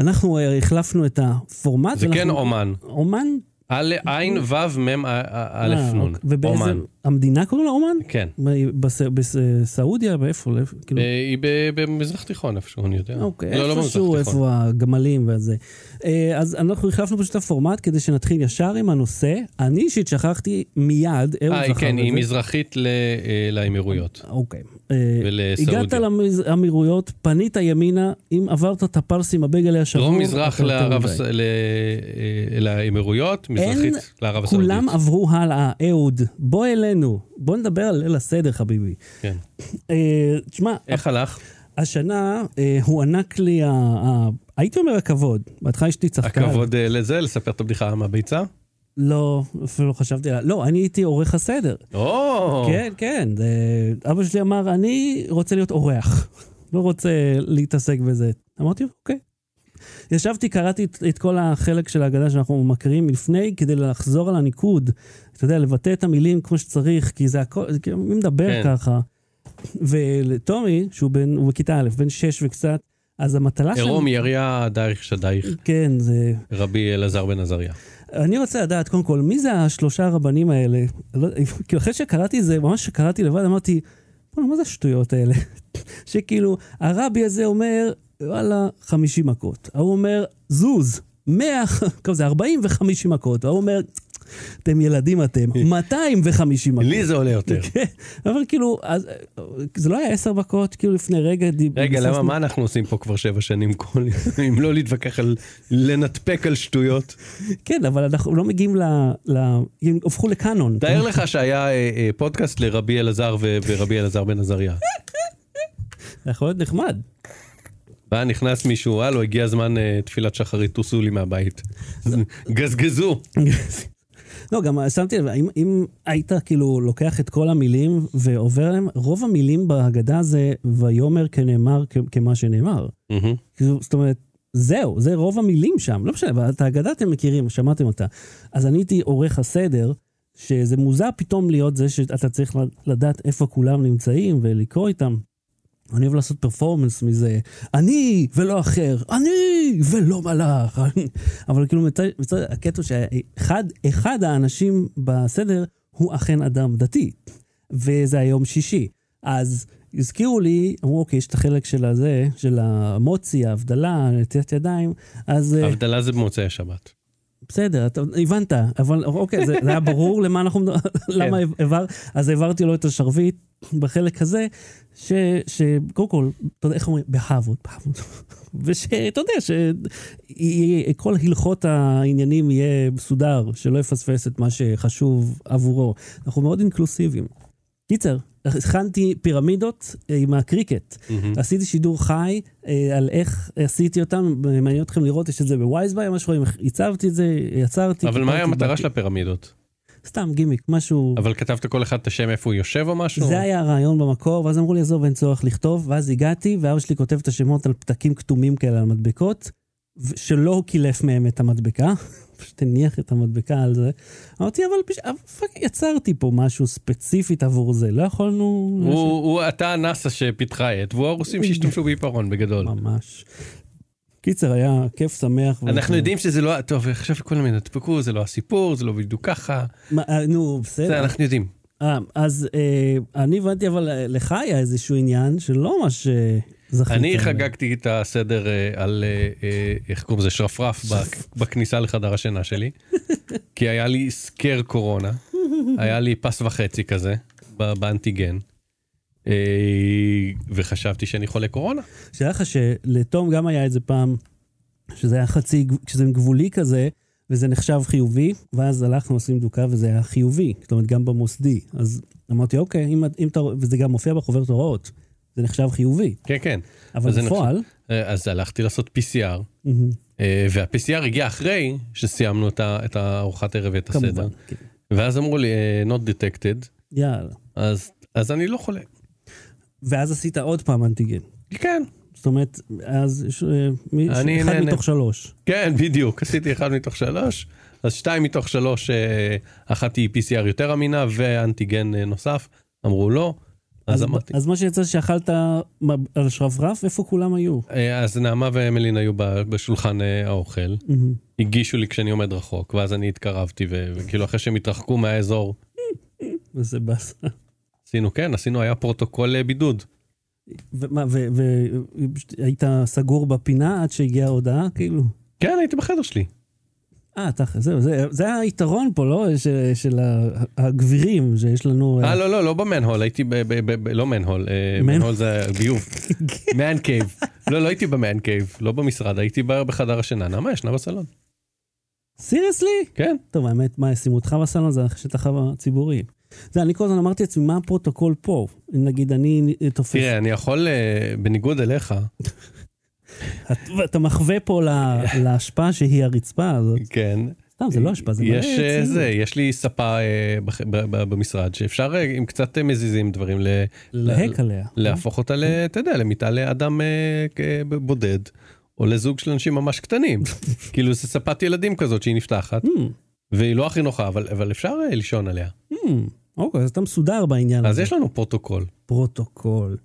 S1: אנחנו אה, החלפנו את הפורמט.
S2: זה כן
S1: אנחנו-
S2: אומן.
S1: אומן?
S2: אל- עין וו מם א- א-
S1: אוקיי. אה,
S2: אלף נון.
S1: אוקיי. ובאיזה,
S2: אומן.
S1: המדינה קוראים לה אומן?
S2: כן.
S1: בס- בס- בסעודיה? באיפה? לאיפה? כאילו-
S2: אה, היא ב- במזרח תיכון איפשהו, אני יודע.
S1: אוקיי,
S2: לא, לא
S1: איפשהו,
S2: במזרח תיכון.
S1: איפה הגמלים וזה. אה, אז אנחנו החלפנו פשוט את הפורמט כדי שנתחיל ישר עם הנושא. אני אישית שכחתי מיד, אהוד
S2: אה,
S1: זכר
S2: כן,
S1: את
S2: היא
S1: זה.
S2: מזרחית ל- אה, לאמירויות.
S1: אוקיי. אה,
S2: ולסעודיה.
S1: הגעת לאמירויות, פנית ימינה, אם עברת את הפרס עם הבגלה השבור,
S2: דרום מזרח
S1: אתה יותר
S2: לערב
S1: מדי.
S2: הס- ל- אה, לאמירויות, מזרחית לערב הסעודית.
S1: כולם עברו הלאה, אהוד, בוא אלינו, בוא נדבר על ליל הסדר, חביבי.
S2: כן.
S1: אה, תשמע,
S2: איך הלך?
S1: השנה אה, הוענק לי, ה- ה- הייתי אומר הכבוד, בהתחלה אשתי צחקה.
S2: הכבוד אה, לזה, לספר את הבדיחה מהביצה?
S1: לא, אפילו לא חשבתי עליה. לא, אני הייתי עורך הסדר.
S2: או!
S1: כן, כן. אה, אבא שלי אמר, אני רוצה להיות אורח. לא רוצה להתעסק בזה. אמרתי, אוקיי. ישבתי, קראתי את, את כל החלק של ההגדה שאנחנו מקריאים מלפני, כדי לחזור על הניקוד. אתה יודע, לבטא את המילים כמו שצריך, כי זה הכל, זה כאילו, מי מדבר
S2: כן.
S1: ככה? ולטומי, שהוא בן, הוא בכיתה א', בן שש וקצת, אז המטלה שלנו...
S2: עירום יריה דייך שדייך
S1: כן, זה...
S2: רבי אלעזר בן עזריה.
S1: אני רוצה לדעת, קודם כל, מי זה השלושה הרבנים האלה? לא, כאילו, אחרי שקראתי זה, ממש שקראתי לבד, אמרתי, בוא'נה, מה זה השטויות האלה? שכאילו, הרבי הזה אומר, וואלה, 50 מכות. ההוא אומר, זוז, 100, כמה זה, 40 ו-50 מכות. ההוא אומר, אתם ילדים אתם, 250 מכות.
S2: לי זה עולה יותר.
S1: כן, אבל כאילו, אז, זה לא היה 10 מכות, כאילו לפני רגע דיב-
S2: רגע, למה,
S1: ביססנו-
S2: מה אנחנו עושים פה כבר שבע שנים כל יום, אם לא להתווכח על, לנתפק על שטויות?
S1: כן, אבל אנחנו לא מגיעים ל... ל- הם הפכו לקאנון.
S2: תאר לך שהיה אה, אה, פודקאסט לרבי אלעזר ו- ורבי אלעזר בן עזריה.
S1: זה יכול להיות נחמד.
S2: והיה נכנס מישהו, הלו, הגיע זמן אה, תפילת שחרית, תוסו לי מהבית. גזגזו.
S1: לא, גם שמתי לב, אם, אם היית כאילו לוקח את כל המילים ועובר עליהם, רוב המילים בהגדה זה ויאמר כנאמר כ- כמה שנאמר.
S2: מהמם.
S1: כאילו, זאת אומרת, זהו, זה רוב המילים שם. לא משנה, אבל את ההגדה אתם מכירים, שמעתם אותה. אז אני הייתי עורך הסדר, שזה מוזר פתאום להיות זה שאתה צריך לדעת איפה כולם נמצאים ולקרוא איתם. אני אוהב לעשות פרפורמנס מזה, אני ולא אחר, אני ולא מלאך. אבל כאילו מצד, מצד הקטע שאחד אחד האנשים בסדר הוא אכן אדם דתי, וזה היום שישי. אז הזכירו לי, אמרו, אוקיי, יש את החלק של הזה, של המוצי, ההבדלה, נטיית ידיים, אז... אה,
S2: הבדלה זה במוצאי השבת.
S1: בסדר, אתה הבנת, אבל אוקיי, זה, זה היה ברור למה אנחנו, מדבר- למה העבר, אז העברתי לו את השרביט בחלק הזה, ש- שקודם כל, אתה יודע איך אומרים, בכבוד, בכבוד. ושאתה יודע, שכל הלכות העניינים יהיה מסודר, שלא יפספס את מה שחשוב עבורו. אנחנו מאוד אינקלוסיביים. קיצר, הכנתי פירמידות אה, עם הקריקט.
S2: מהמם.
S1: עשיתי שידור חי אה, על איך עשיתי אותם, מעניין אתכם לראות, יש את זה בווייזביי, מה שקוראים, הצבתי את זה, יצרתי.
S2: אבל מה
S1: קיבלתי,
S2: היה המטרה
S1: באתי.
S2: של הפירמידות?
S1: סתם גימיק, משהו...
S2: אבל כתבת כל אחד את השם איפה הוא יושב או משהו?
S1: זה היה הרעיון במקור, ואז אמרו לי, עזוב, אין צורך לכתוב, ואז הגעתי, ואבא שלי כותב את השמות על פתקים כתומים כאלה, על מדבקות, ו- שלא קילף מהם את המדבקה, פשוט הניח את המדבקה על זה. אמרתי, אבל פש... אבל פאק, יצרתי פה משהו ספציפית עבור זה, לא יכולנו...
S2: הוא- הוא אתה הנאסא שפיתחה את, והוא הרוסים שהשתמשו בעיפרון בגדול.
S1: ממש. קיצר, היה כיף, שמח. ו-
S2: אנחנו יודעים שזה לא, טוב, עכשיו כולם ידפקו, זה לא הסיפור, זה לא בדיוק ככה,
S1: מה, אה, נו,
S2: זה
S1: בסדר.
S2: אנחנו יודעים.
S1: אה, אז אה, אני הבנתי, אבל אה, לך היה איזשהו עניין שלא ממש אה, זכית.
S2: אני
S1: עליו.
S2: חגגתי את הסדר אה, על, אה, אה, איך קוראים לזה, שרפרף בק- בכניסה לחדר השינה שלי, כי היה לי סקר קורונה, היה לי פס וחצי כזה, ב- באנטיגן, אה, וחשבתי שאני חולה קורונה.
S1: שתדע לך שלתום גם היה איזה פעם, שזה היה חצי, שזה גבולי כזה, וזה נחשב חיובי, ואז הלכנו, עושים בדיקה וזה היה חיובי, זאת אומרת, גם במוסדי. אז אמרתי, אוקיי, אם, את- אם אתה, וזה גם מופיע בחוברת הוראות, זה נחשב חיובי,
S2: כן, כן.
S1: אבל
S2: אז זה
S1: בפועל,
S2: אה, אז הלכתי לעשות PCR,
S1: מהמם,
S2: אה, וה-PCR הגיע אחרי שסיימנו את ה- את הארוחת ערב ואת הסדר.
S1: כמובן, כן.
S2: ואז אמרו לי, אה, not detected,
S1: יאללה.
S2: אז, אז אני לא חולה.
S1: ואז עשית עוד פעם אנטיגן.
S2: כן.
S1: זאת אומרת, אז יש, אה, מי-
S2: אני
S1: אחד
S2: נהנה.
S1: מתוך שלוש.
S2: כן, בדיוק, עשיתי אחד מתוך שלוש, אז שתיים מתוך שלוש, אה, אחת היא PCR יותר אמינה ואנטיגן אה, נוסף, אמרו לא, אז, אז אמרתי.
S1: אז מה שיצא שאכלת מב- על שרפרף, איפה כולם היו?
S2: אה, אז נעמה ואמילין היו ב- בשולחן אה, האוכל,
S1: מהמם.
S2: הגישו לי כשאני עומד רחוק, ואז אני התקרבתי, ו- וכאילו אחרי שהם התרחקו מהאזור,
S1: וזה באסה.
S2: עשינו כן, עשינו, היה פרוטוקול אה, בידוד.
S1: ומה, והיית סגור בפינה עד שהגיעה ההודעה, כאילו?
S2: כן, הייתי בחדר שלי.
S1: אה, אתה, זהו, זה, זה היתרון פה, לא? ש, של ה- הגבירים שיש לנו...
S2: אה, לא, לא, לא במנהול, הייתי ב... ב- ב- ב- לא מנהול, אה,
S1: מן-
S2: מנהול זה ביוב. מן קייב. לא, לא הייתי במן קייב, לא במשרד, הייתי ב- בחדר השינה. נעמה ישנה בסלון.
S1: סיריוסלי?
S2: כן.
S1: טוב, האמת, מה, ישימו אותך בסלון, זה השטח הציבורי. זה, אני כל הזמן אמרתי לעצמי, מה הפרוטוקול פה? אם נגיד אני אה, תופס...
S2: תראה, אני יכול, אה, בניגוד אליך,
S1: את- ואתה מחווה פה לה, להשפעה שהיא הרצפה הזאת.
S2: כן,
S1: סתם, זה לא השפעה, זה מלא
S2: יש אה,
S1: ציוד.
S2: זה, יש לי ספה אה, בח- ב- ב- במשרד, שאפשר, אה, אם קצת אה, מזיזים דברים, ל-
S1: להק עליה.
S2: להפוך אותה, ל- אתה יודע, למיטה לאדם אה, כ- אה, ב- בודד, או לזוג של אנשים ממש קטנים. כאילו, זה ספת ילדים כזאת שהיא נפתחת,
S1: Hmm,
S2: והיא לא הכי נוחה, אבל- אבל אפשר אה, לישון עליה.
S1: hmm. אוקיי, אז אתה מסודר בעניין הזה.
S2: אז יש לנו פרוטוקול.
S1: פרוטוקול.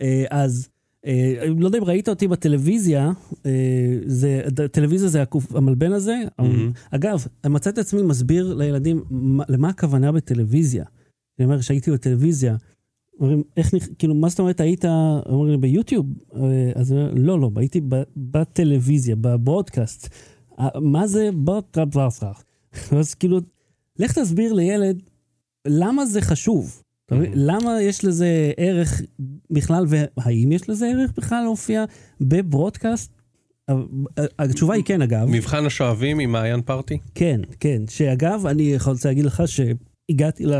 S1: אה, אז, אה, לא יודע אם ראית אותי בטלוויזיה, אה, זה, טלוויזיה זה הקוף, המלבן הזה. אגב, מצאתי את עצמי מסביר לילדים מה- למה הכוונה בטלוויזיה. אני אומר, כשהייתי בטלוויזיה, אומרים, איך נכ... כאילו, מה זאת אומרת, היית, אומרים לי, ביוטיוב? אה, אז אני אומר, לא, לא, הייתי ב- בטלוויזיה, בברודקאסט. אה, מה זה ברודקאסט? אז כאילו, לך תסביר לילד למה זה חשוב. אתה מבין? למה יש לזה ערך בכלל, והאם יש לזה ערך בכלל להופיע בברודקאסט? אה, אה, התשובה היא כן, אגב.
S2: מבחן השואבים עם מעיין פארטי?
S1: כן, כן. שאגב, אני יכול רוצה להגיד לך שהגעתי ל,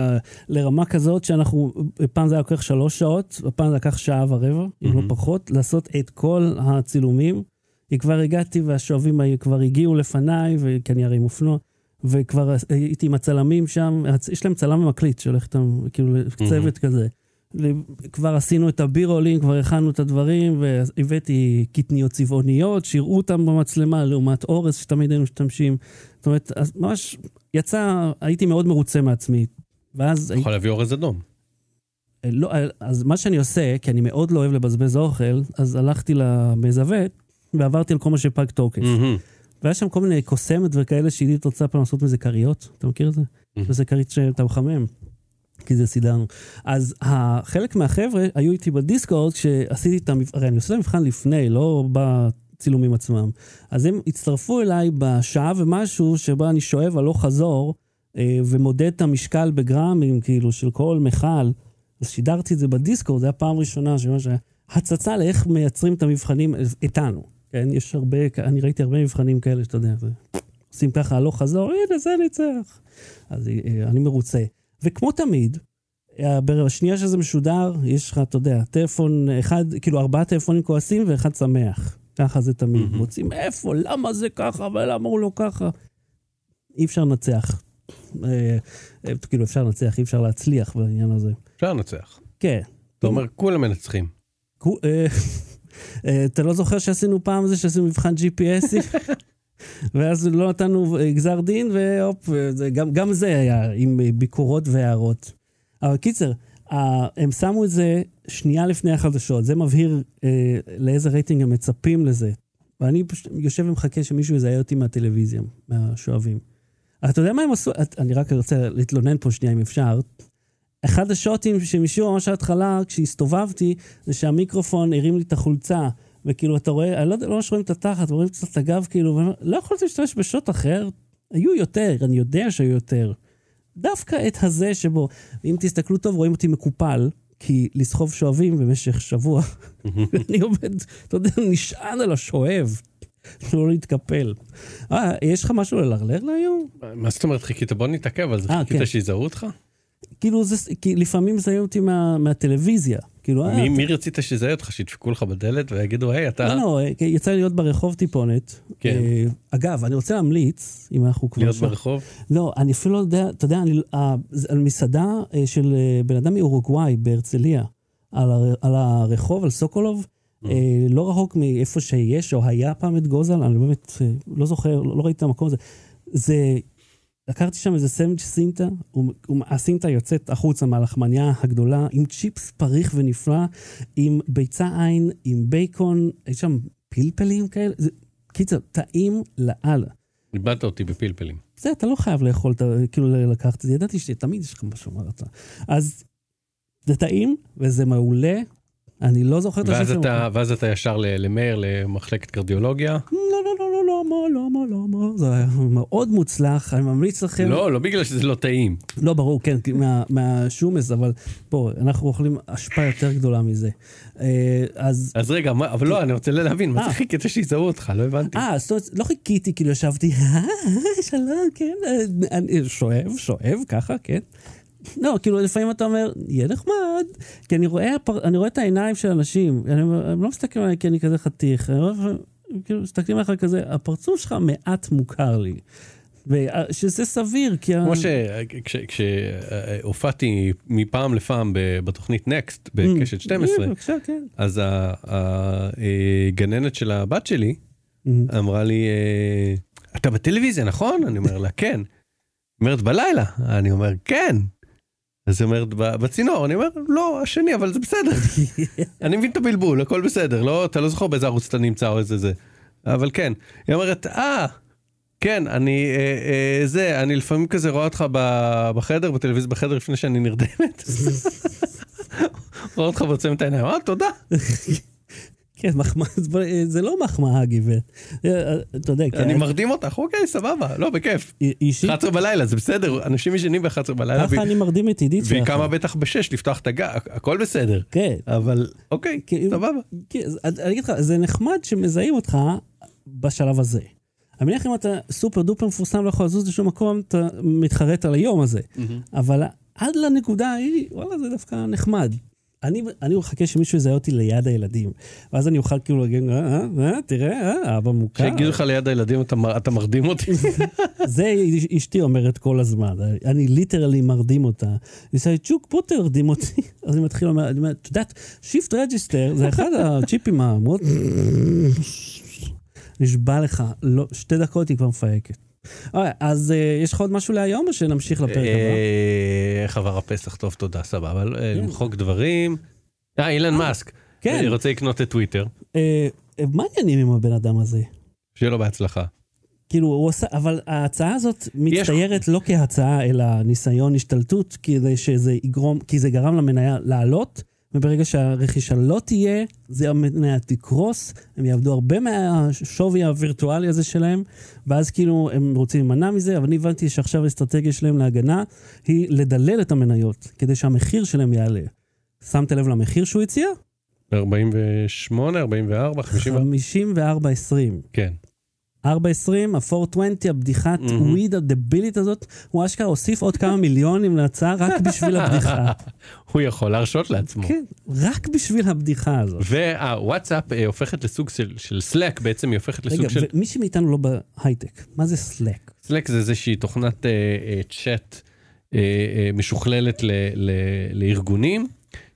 S1: לרמה כזאת שאנחנו, פעם זה היה לוקח שלוש שעות, הפעם זה לקח שעה ורבע, אם לא
S2: מהמם.
S1: פחות, לעשות את כל הצילומים. כי כבר הגעתי והשואבים היו- כבר הגיעו לפניי, וכי אני הרי עם אופנוע, וכבר הייתי עם הצלמים שם, הצ- יש להם צלם ומקליט שהולך איתם, כאילו, צוות כזה. ל- כבר עשינו את הבירולים, כבר הכנו את הדברים, והבאתי קטניות צבעוניות, שיראו אותם במצלמה לעומת אורז שתמיד היינו משתמשים. זאת אומרת, אז ממש יצא, הייתי מאוד מרוצה מעצמי. ואז,
S2: יכול להביא אורז אדום.
S1: הי- לא, אז מה שאני עושה, כי אני מאוד לא אוהב לבזבז אוכל, אז הלכתי למזווט ועברתי על כל מה שפג תוקף.
S2: מהמם.
S1: והיה שם כל מיני קוסמת וכאלה שעידית רוצה פעם לעשות מזה כריות, אתה מכיר את זה? יש לזה כרית שאתה מחמם, כי זה סידרנו. אז ה- חלק מהחבר'ה היו איתי בדיסקורד כשעשיתי את המבחן, הרי אני עושה את המבחן לפני, לא בצילומים עצמם. אז הם הצטרפו אליי בשעה ומשהו שבה אני שואב הלוך חזור, אה, ומודד את המשקל בגרמים, כאילו, של כל מכל. אז שידרתי את זה בדיסקורד, זו הייתה פעם ראשונה שממש היה הצצה לאיך מייצרים את המבחנים איתנו. כן, יש הרבה, אני ראיתי הרבה מבחנים כאלה, שאתה יודע, זה- עושים אה, ככה הלוך חזור, הנה זה ניצח. אז אה, אני מרוצה. וכמו תמיד, בשנייה שזה משודר, יש לך, אתה יודע, טלפון אחד, כאילו ארבעה טלפונים כועסים ואחד שמח. ככה זה תמיד.
S2: מהמם.
S1: מוצאים איפה, למה זה ככה, ולמה הוא לא ככה. אי אפשר לנצח. אה, אה, כאילו, אפשר לנצח, אי אפשר להצליח בעניין הזה.
S2: אפשר לנצח.
S1: כן.
S2: אתה אומר, כולם מנצחים.
S1: כו- אה, אה, אתה לא זוכר שעשינו פעם זה שעשינו מבחן GPSי? ואז לא נתנו אה, גזר דין, והופ, אה, זה- גם, גם זה היה עם אה, ביקורות והערות. אבל קיצר, ה- הם שמו את זה שנייה לפני החדשות, זה מבהיר אה, לאיזה רייטינג הם מצפים לזה. ואני פשוט יושב ומחכה שמישהו יזהה אותי מהטלוויזיה, מהשואבים. אתה יודע מה הם עשו? את- אני רק רוצה להתלונן פה שנייה אם אפשר. אחד השוטים שמישהו ממש ההתחלה, כשהסתובבתי, זה שהמיקרופון הרים לי את החולצה, וכאילו, אתה רואה, אני לא יודע, לא ממש רואים את התחת, רואים קצת את הגב, כאילו, ואני אומר, לא יכולתי להשתמש בשוט אחר. היו יותר, אני יודע שהיו יותר. דווקא את הזה שבו, אם תסתכלו טוב, רואים אותי מקופל, כי לסחוב שואבים במשך שבוע, אני עובד, אתה יודע, נשען על השואב, לא להתקפל. אה, יש לך משהו ללרלר להיום?
S2: מה זאת אומרת חיכית? בוא נתעכב על זה.
S1: אה, כן.
S2: חיכית שיזהו אותך?
S1: כאילו, זה, כי לפעמים זה היה אותי מה, מהטלוויזיה. כאילו, אה,
S2: מי- מי רצית שיזהה אותך? שידפקו לך בדלת ויגידו, היי, אתה...
S1: לא, לא, אה, יצא לי להיות ברחוב טיפונת.
S2: כן.
S1: אה, אגב, אני רוצה להמליץ, אם אנחנו כבר
S2: להיות
S1: שם.
S2: ברחוב?
S1: לא, אני אפילו לא יודע, אתה יודע, אני, אה, זה על מסעדה אה, של אה, בן אדם מאורוגוואי בהרצליה, על, הר, על הרחוב, על סוקולוב,
S2: Mm.
S1: אה, לא רחוק מאיפה שיש או היה פעם את גוזל, אני באמת אה, לא זוכר, לא, לא ראיתי את המקום הזה. זה, לקחתי שם איזה סנדוויץ' סינטה, הוא- הוא- הסינטה יוצאת החוצה מהלחמניה הגדולה, עם צ'יפס פריך ונפלא, עם ביצה עין, עם בייקון, יש שם פלפלים כאלה, זה, קיצר, טעים לאללה.
S2: איבדת אותי בפלפלים.
S1: זה, אתה לא חייב לאכול, אתה, כאילו לקחת את זה. ידעתי שתמיד יש לך משהו מה רצה. אז זה טעים, וזה מעולה. אני לא זוכר את השם
S2: ואז
S1: שלו.
S2: אתה- ואז אתה ישר ל- למאיר, למחלקת קרדיולוגיה.
S1: לא, לא, לא, לא, לא, לא, לא, לא, לא, לא. זה היה מאוד מוצלח, אני ממליץ לכם.
S2: לא, לא בגלל שזה לא טעים.
S1: לא, ברור, כן, כי מה- מהשומס, אבל בואו, אנחנו אוכלים אשפה יותר גדולה מזה. אה, אז...
S2: אז רגע, מה- אבל לא, אני רוצה להבין, מה
S1: אה.
S2: זה חיכית שיזהו אותך? לא הבנתי.
S1: אה, זאת אומרת, לא חיכיתי, כאילו ישבתי, "אה, שלום, כן, אה, אני שואב, שואב, ככה, כן. לא, כאילו לפעמים אתה אומר, יהיה נחמד, כי אני רואה, הפר- אני רואה את העיניים של אנשים, אני אומר, הם לא מסתכלים עליי כי אני כזה חתיך, אני רואה, כאילו, מסתכלים עליך כזה, הפרצוף שלך מעט מוכר לי. ו- שזה סביר, כי... ה-
S2: כמו שכשהופעתי מפעם לפעם ב- בתוכנית נקסט בקשת 12,
S1: אה, בבקשה, כן.
S2: אז הגננת של הבת שלי אמרה לי, "אה, אתה בטלוויזיה, נכון? אני אומר לה, כן. היא אומרת, בלילה? אני אומר, כן. אז היא אומרת, "ב- בצינור? אני אומר, לא, השני, אבל זה בסדר. אני מבין את הבלבול, הכל בסדר, לא, אתה לא זוכר באיזה ערוץ אתה נמצא או איזה זה. אבל כן. היא אומרת, אה, כן, אני, אה, אה, זה, אני לפעמים כזה רואה אותך ב- בחדר, בטלוויזיה בחדר, לפני שאני נרדמת. רואה אותך ועוצמת העיניים, אה, תודה.
S1: כן, מחמאה, זה לא מחמאה, גברת. אה, אתה יודע, כי
S2: אני
S1: ה-
S2: מרדים אותך, אוקיי, סבבה, לא, בכיף.
S1: אישית,
S2: 11 בלילה, זה בסדר, אנשים ישנים ב-11 בלילה,
S1: ככה
S2: והיא-
S1: אני מרדים את עידית
S2: והיא
S1: שלך.
S2: קמה בטח ב-6 לפתוח את הגג, הכל בסדר.
S1: כן.
S2: אבל אוקיי,
S1: כאילו-
S2: סבבה.
S1: כן, אז אני אני אגיד לך, זה נחמד שמזהים אותך בשלב הזה. אני מניח אם אתה סופר דופר מפורסם, לא יכול לזוז לשום מקום, אתה מתחרט על היום הזה. אבל עד לנקודה ההיא, וואלה, זה דווקא נחמד. אני, אני מחכה שמישהו יזהה אותי ליד הילדים, ואז אני אוכל כאילו להגיד, אה, אה, אה, תראה, אה, אבא מוכר.
S2: כשיגידו לך ליד הילדים, אתה מר- אתה מרדים אותי.
S1: זה אש- אשתי אומרת כל הזמן, אני ליטרלי מרדים אותה. היא עושה לי, צ'וק, פה תרדים אותי. אז אני מתחיל לומר, אני אומר, את יודעת, שיפט רג'יסטר זה אחד הצ'יפים המאוד... נשבע לך, לא, שתי דקות היא כבר מפהקת. אוי, אז אה, יש לך עוד משהו להיום או שנמשיך לפרק הבא?
S2: אה, איך עבר הפסח, טוב, תודה, סבבה. אבל אה, למחוק דברים. אה, אילן מאסק.
S1: כן.
S2: אה, רוצה לקנות את טוויטר,
S1: אה, אה, מה העניינים עם הבן אדם הזה?
S2: שיהיה לו בהצלחה.
S1: כאילו, הוא עושה, אבל ההצעה הזאת מצטיירת לא כהצעה, אלא ניסיון השתלטות, כדי שזה יגרום, כי זה גרם למניה לעלות, וברגע שהרכישה לא תהיה, זה המניה תקרוס, הם יאבדו הרבה מהשווי הווירטואלי הזה שלהם, ואז כאילו הם רוצים להימנע מזה, אבל אני הבנתי שעכשיו האסטרטגיה שלהם להגנה היא לדלל את המניות, כדי שהמחיר שלהם יעלה. שמת לב למחיר שהוא הציע?
S2: 48, 44,
S1: 54.20.
S2: 54, כן.
S1: 420, ה-420, הבדיחת וויד הדבילית הזאת, הוא אשכרה הוסיף עוד כמה מיליונים להצעה רק בשביל הבדיחה.
S2: הוא יכול להרשות לעצמו.
S1: כן, רק בשביל הבדיחה הזאת.
S2: והוואטסאפ אה, הופכת לסוג של, של סלאק, בעצם היא הופכת לסוג
S1: רגע,
S2: של...
S1: ומי שמאיתנו לא בהייטק, מה זה סלאק?
S2: סלאק זה איזושהי תוכנת אה, אה, צ'אט אה, אה, משוכללת ל, ל, לארגונים,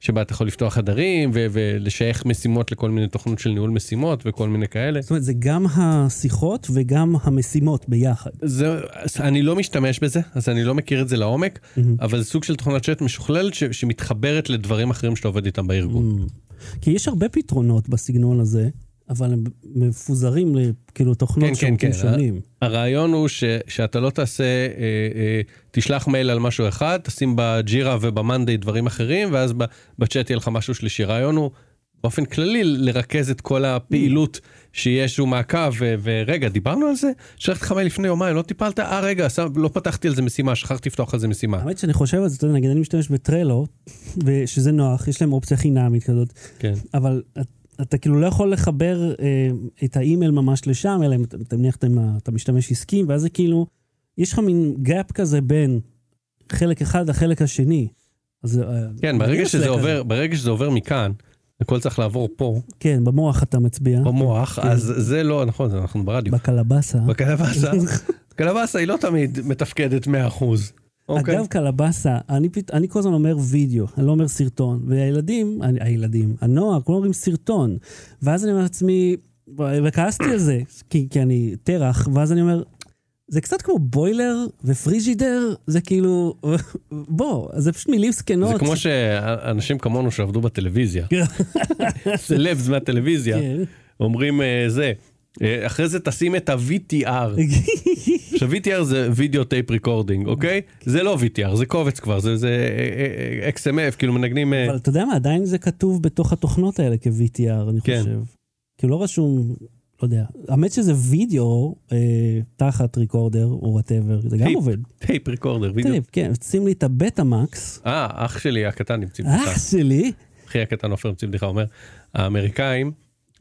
S2: שבה אתה יכול לפתוח חדרים ו, ולשייך משימות לכל מיני תוכנות של ניהול משימות וכל מיני כאלה.
S1: זאת אומרת, זה גם השיחות וגם המשימות ביחד.
S2: זה, אז אני לא משתמש בזה, אז אני לא מכיר את זה לעומק, אבל זה סוג של תוכנת צ'אט משוכללת ש, שמתחברת לדברים אחרים שאתה עובד איתם בארגון.
S1: Hmm. כי יש הרבה פתרונות בסגנון הזה, אבל הם מפוזרים לכאילו
S2: כן,
S1: תוכנות שירותים
S2: כן, כן.
S1: שונים.
S2: הרעיון הוא ש, שאתה לא תעשה, אה, אה, תשלח מייל על משהו אחד, תשים בג'ירה ובמאנדיי דברים אחרים, ואז ב- בצ'אט יהיה לך משהו שלישי. הרעיון הוא באופן כללי לרכז את כל הפעילות שיהיה איזשהו מעקב, ו, ורגע, דיברנו על זה? שלחתי לך מייל לפני יומיים, לא טיפלת? אה, רגע, שם, לא פתחתי על זה משימה, שכחתי לפתוח על זה משימה.
S1: האמת שאני חושב על זה, אתה יודע, נגיד אני משתמש בטרלו, ושזה נוח, יש להם אופציה חינמית כזאת,
S2: כן.
S1: אבל את- אתה כאילו לא יכול לחבר אה, את האימייל ממש לשם, אלא אם אתה אתה מניח שאתה עם ה- אתה משתמש עסקי, ואז זה כאילו, יש לך מין gap כזה בין חלק אחד לחלק השני. אז, אה,
S2: כן,
S1: אני
S2: ברגע
S1: עושה
S2: שזה,
S1: כזה.
S2: עובר, ברגע שזה עובר מכאן, הכל צריך לעבור פה,
S1: כן, במוח אתה מצביע,
S2: במוח, אז זה לא, נכון, זה- אנחנו ברדיו.
S1: בקלבסה.
S2: בקלבאסה, קלבאסה היא לא תמיד מתפקדת 100%. אוקיי.
S1: אגב, קלבסה, אני, פת... אני כל הזמן אומר וידאו, אני לא אומר סרטון. והילדים, אני, הילדים, הנוער, כולם אומרים סרטון. ואז אני אומר לעצמי, וכעסתי על זה, כי, כי אני תרח, ואז אני אומר, זה קצת כמו בוילר ופריג'ידר, זה כאילו, בוא, לא, זה פשוט מילים זקנות.
S2: זה כמו שאנשים כמונו שעבדו בטלוויזיה,
S1: כן.
S2: סלבס מהטלוויזיה,
S1: כן.
S2: אומרים אה, זה, אה, אחרי זה תשים את ה-VTR. עכשיו VTR זה וידאו טייפ ריקורדינג, אוקיי? זה לא VTR, זה קובץ כבר, זה- זה אה, אה, אה, XMF, כאילו מנגנים... אה,
S1: אבל אתה יודע מה, עדיין זה כתוב בתוך התוכנות האלה כ-VTR, אני
S2: כן.
S1: חושב. כאילו לא רשום, לא יודע. האמת שזה וידאו אה, תחת ריקורדר או וואטאבר, זה גם
S2: טיפ.
S1: עובד.
S2: טייפ ריקורדר, וידאו.
S1: טייפ, כן, שים לי את הבטה מקס.
S2: אה, אח שלי הקטן המציא בדיחה.
S1: אח שלי,
S2: אחי הקטן עופר המציא בדיחה, אומר, האמריקאים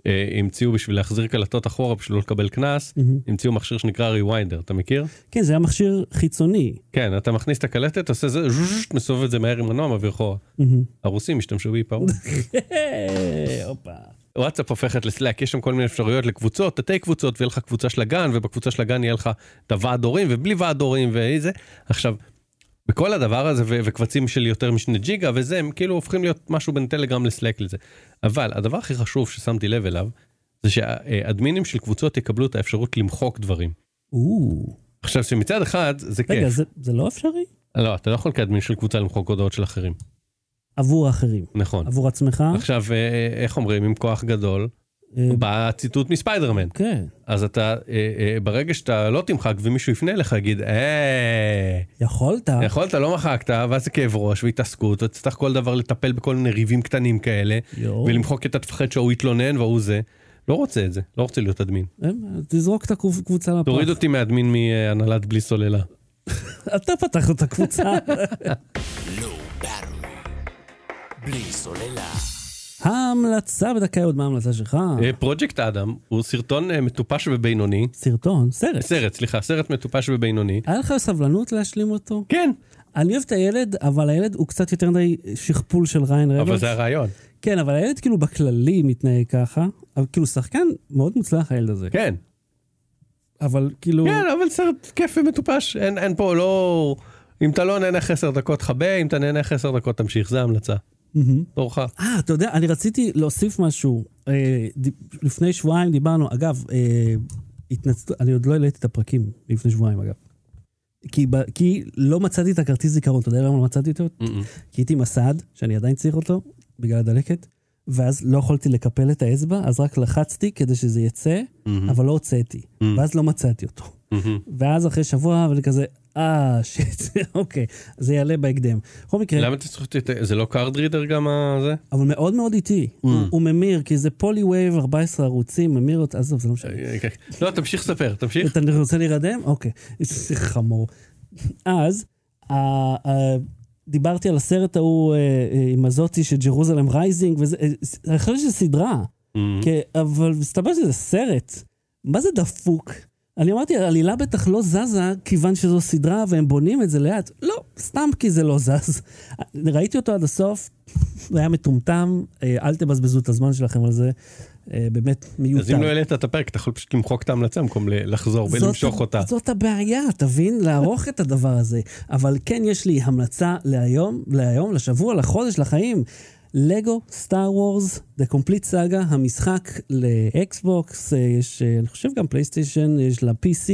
S2: אה, המציאו בשביל להחזיר קלטות אחורה בשביל לא לקבל קנס, המציאו מכשיר שנקרא ריוויינדר, אתה מכיר?
S1: כן, זה היה מכשיר חיצוני.
S2: כן, אתה מכניס את הקלטת, עושה זה, ז'ז'ז', מסובב את זה מהר עם מנוע, מעביר אחורה. הרוסים השתמשו באיפרון.
S1: הופה.
S2: וואטסאפ הופכת לסלאק, יש שם כל מיני אפשרויות לקבוצות, תתי קבוצות, ויהיה לך קבוצה של הגן, ובקבוצה של הגן יהיה לך את הוועד הורים, ובלי ועד הורים, וזה. עכשיו, בכל הדבר הזה, ו- וקבצים של יותר משני ג'יגה, וזה, הם כאילו הופכים להיות משהו בין טלגרם לסלאק לזה. אבל הדבר הכי חשוב ששמתי לב אליו, זה שהאדמינים של קבוצות יקבלו את האפשרות למחוק דברים.
S1: או,
S2: עכשיו, שמצד אחד, זה כיף.
S1: רגע, זה- זה לא אפשרי?
S2: לא, אתה לא יכול כאדמין של קבוצה למחוק הודעות של אחרים.
S1: עבור האחרים.
S2: נכון.
S1: עבור עצמך?
S2: עכשיו, אה, איך אומרים, עם כוח גדול,
S1: אה,
S2: בא ציטוט מספיידרמן.
S1: כן,
S2: אז אתה, אה, אה, ברגע שאתה לא תמחק ומישהו יפנה אליך, יגיד, אה,
S1: יכולת.
S2: יכולת, לא מחקת, ואז זה כאב ראש והתעסקות, ותצטרך כל דבר לטפל בכל מיני ריבים קטנים כאלה,
S1: יואו.
S2: ולמחוק את התפחד שההוא התלונן וההוא זה. לא רוצה את זה, לא רוצה להיות אדמין.
S1: אה, תזרוק את הקבוצה לפח.
S2: תוריד אותי מאדמין מהנהלת בלי סוללה.
S1: אתה פתחת את הקבוצה. לא
S3: Low Battery, בלי סוללה.
S1: ההמלצה בדקה עוד מה ההמלצה שלך?
S2: אה, פרויקט אדם הוא סרטון אה, מטופש ובינוני,
S1: סרטון, סרט.
S2: סרט, סליחה, סרט מטופש ובינוני.
S1: היה לך סבלנות להשלים אותו?
S2: כן,
S1: אני אוהב את הילד, אבל הילד הוא קצת יותר מדי שכפול של ריין רנולדס.
S2: אבל זה הרעיון.
S1: כן, אבל הילד כאילו בכללי מתנהג ככה, אבל כאילו שחקן מאוד מוצלח הילד הזה.
S2: כן.
S1: אבל כאילו...
S2: כן, אבל סרט כיף ומטופש, אין, אין פה, לא... אם אתה לא נהנה אחרי עשר דקות חבה, אם אתה נהנה אחרי עשר דקות תמשיך, זה ההמלצה.
S1: מהמם.
S2: תורך.
S1: אה, אתה יודע, אני רציתי להוסיף משהו. אה, ד... לפני שבועיים דיברנו, אגב, אה, התנצל... אני עוד לא העליתי את הפרקים לפני שבועיים, אגב. כי, ב... כי לא מצאתי את הכרטיס זיכרון, אתה יודע למה לא מצאתי אותו?
S2: Mm.
S1: כי הייתי עם הסעד, שאני עדיין צריך אותו, בגלל הדלקת, ואז לא יכולתי לקפל את האצבע, אז רק לחצתי כדי שזה יצא, אבל לא הוצאתי, ואז לא מצאתי אותו. ואז אחרי שבוע, ואני כזה, אה, שיט, אוקיי, זה יעלה בהקדם. בכל מקרה,
S2: למה אתה צריך את זה? זה לא קארד רידר גם הזה?
S1: אבל מאוד מאוד איטי. הוא- הוא ממיר, כי זה פולי וייב, 14 ערוצים, ממיר אותה, עזוב, זה לא משנה.
S2: לא, תמשיך לספר, תמשיך.
S1: אתה רוצה להירדם? אוקיי. זה חמור. אז, ה- ה- דיברתי על הסרט ההוא אה, אה, עם הזאתי של ג'רוזלם רייזינג, וזה, אה, ס- אני חושב שזה סדרה,
S2: Mhm.
S1: כי- אבל מסתבר שזה סרט. מה זה דפוק? אני אמרתי, העלילה בטח לא זזה כיוון שזו סדרה והם בונים את זה לאט. לא, סתם כי זה לא זז. ראיתי אותו עד הסוף, זה היה מטומטם, אה, אל תבזבזו את הזמן שלכם על זה. אה, באמת מיותר.
S2: אז אם לא העלית את הפרק, אתה יכול פשוט למחוק את ההמלצה במקום ל- לחזור
S1: זאת-
S2: ולמשוך אותה.
S1: זאת הבעיה, תבין? לערוך את הדבר הזה. אבל כן, יש לי המלצה להיום, להיום, לשבוע, לחודש, לחיים. לגו, סטאר וורס, The Complete Saga, המשחק לאקסבוקס, אה, יש, אה, אני חושב גם פלייסטיישן, יש לה PC.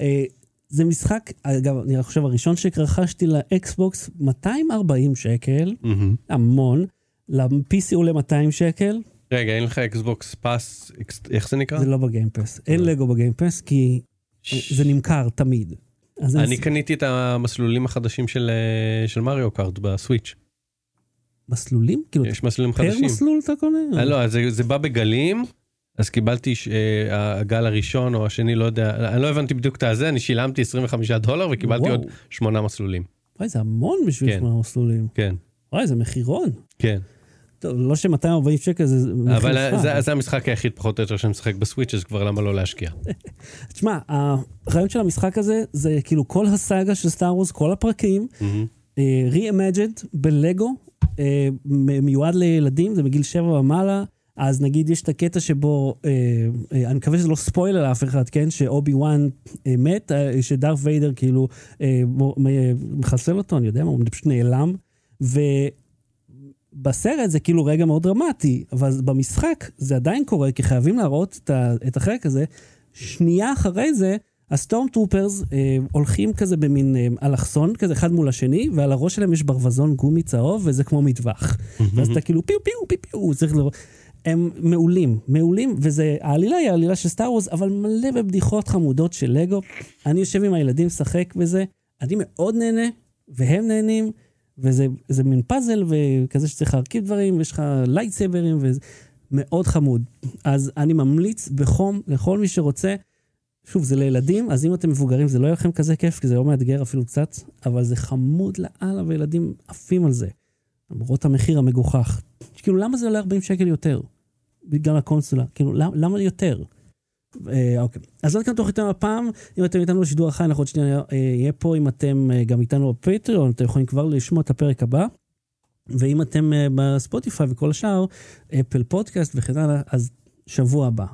S1: אה, זה משחק, אגב, אני חושב הראשון שרכשתי לאקסבוקס, 240 שקל,
S2: מהמם.
S1: המון. ל-PC עולה 200 שקל,
S2: רגע, אין לך אקסבוקס פאס, איך זה נקרא?
S1: זה לא בגיימפס. אין
S2: כן.
S1: לגו בגיימפס, כי זה נמכר תמיד. אז
S2: אני
S1: אני...
S2: קניתי את המסלולים החדשים של, אה, של מריו קארט בסוויץ'.
S1: מסלולים? כאילו,
S2: יש מסלולים
S1: פר
S2: חדשים.
S1: אוקיי. מסלול אתה קונה?
S2: אה, לא, אז זה- זה בא בגלים, אז קיבלתי ש- אה, הגל הראשון או השני, לא יודע, אני לא הבנתי בדיוק את הזה, אני שילמתי 25 דולר וקיבלתי
S1: וואו.
S2: עוד שמונה מסלולים.
S1: וואי, זה המון בשביל
S2: כן.
S1: שמונה מסלולים.
S2: כן,
S1: וואי, זה מחירון.
S2: כן.
S1: טוב, לא ש-240 שקל זה מחיר
S2: אבל אה,
S1: ספאר.
S2: זה- זה המשחק היחיד פחות או יותר שאני משחק בסוויץ', אז כבר למה לא להשקיע?
S1: תשמע, הרעיון של המשחק הזה, זה כאילו כל הסאגה של סטאר וורס, כל הפרקים,
S2: מהמם.
S1: רי-אמג'נד אה, בלגו, אה, מ- מיועד לילדים, זה מגיל שבע ומעלה. אז נגיד יש את הקטע שבו, אה, אה, אני מקווה שזה לא ספוילר לאף אחד, כן? שאובי וואן אה, מת, אה, שדארף ויידר כאילו אה, מו- מ- אה, מחסל אותו, אני יודע מה, הוא פשוט נעלם. ובסרט זה כאילו רגע מאוד דרמטי, אבל במשחק זה עדיין קורה, כי חייבים להראות את, ה- את החלק הזה. שנייה אחרי זה, הסטורם טרופרס אה, הולכים כזה במין אה, אלכסון כזה אחד מול השני, ועל הראש שלהם יש ברווזון גומי צהוב, וזה כמו מטווח. ואז אתה כאילו פיו פיו פיו פיו, צריך לראות. הם מעולים, מעולים, וזה, העלילה היא העלילה של סטאר וורז, אבל מלא בבדיחות חמודות של לגו. אני יושב עם הילדים, משחק בזה, אני מאוד נהנה, והם נהנים, וזה זה מין פאזל וכזה שצריך להרכיב דברים, ויש לך לייטסייברים, וזה מאוד חמוד. אז אני ממליץ בחום לכל מי שרוצה. שוב, זה לילדים, אז אם אתם מבוגרים זה לא יהיה לכם כזה כיף, כי זה לא מאתגר אפילו קצת, אבל זה חמוד לאללה, וילדים עפים על זה. למרות המחיר המגוחך. כאילו, למה זה עולה 40 שקל יותר? בגלל הקונסולה. כאילו, למה, למה יותר? אה, אוקיי. אז זאת כאן תוכניתנו הפעם. אם אתם איתנו בשידור החי, אנחנו עוד שנייה אה, יהיה פה. אם אתם אה, גם איתנו בפטריון, אתם יכולים כבר לשמוע את הפרק הבא. ואם אתם אה, בספוטיפיי וכל השאר, אפל פודקאסט וכן הלאה, אז שבוע הבא.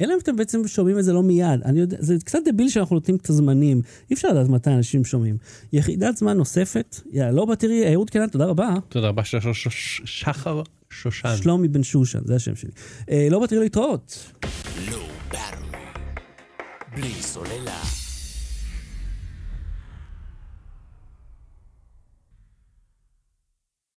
S1: אלא אם אתם בעצם שומעים את זה לא מיד. אני יודע, זה קצת דביל שאנחנו נותנים את הזמנים. אי אפשר לדעת מתי אנשים שומעים. יחידת זמן נוספת, יאללה, לא תראי, אהוד קנן, תודה רבה.
S2: תודה רבה, ש- ש- ש- שחר שושן.
S1: שלומי בן שושן, זה השם שלי. אה, לא בטריל להתראות.
S3: Low Battery. בלי סוללה.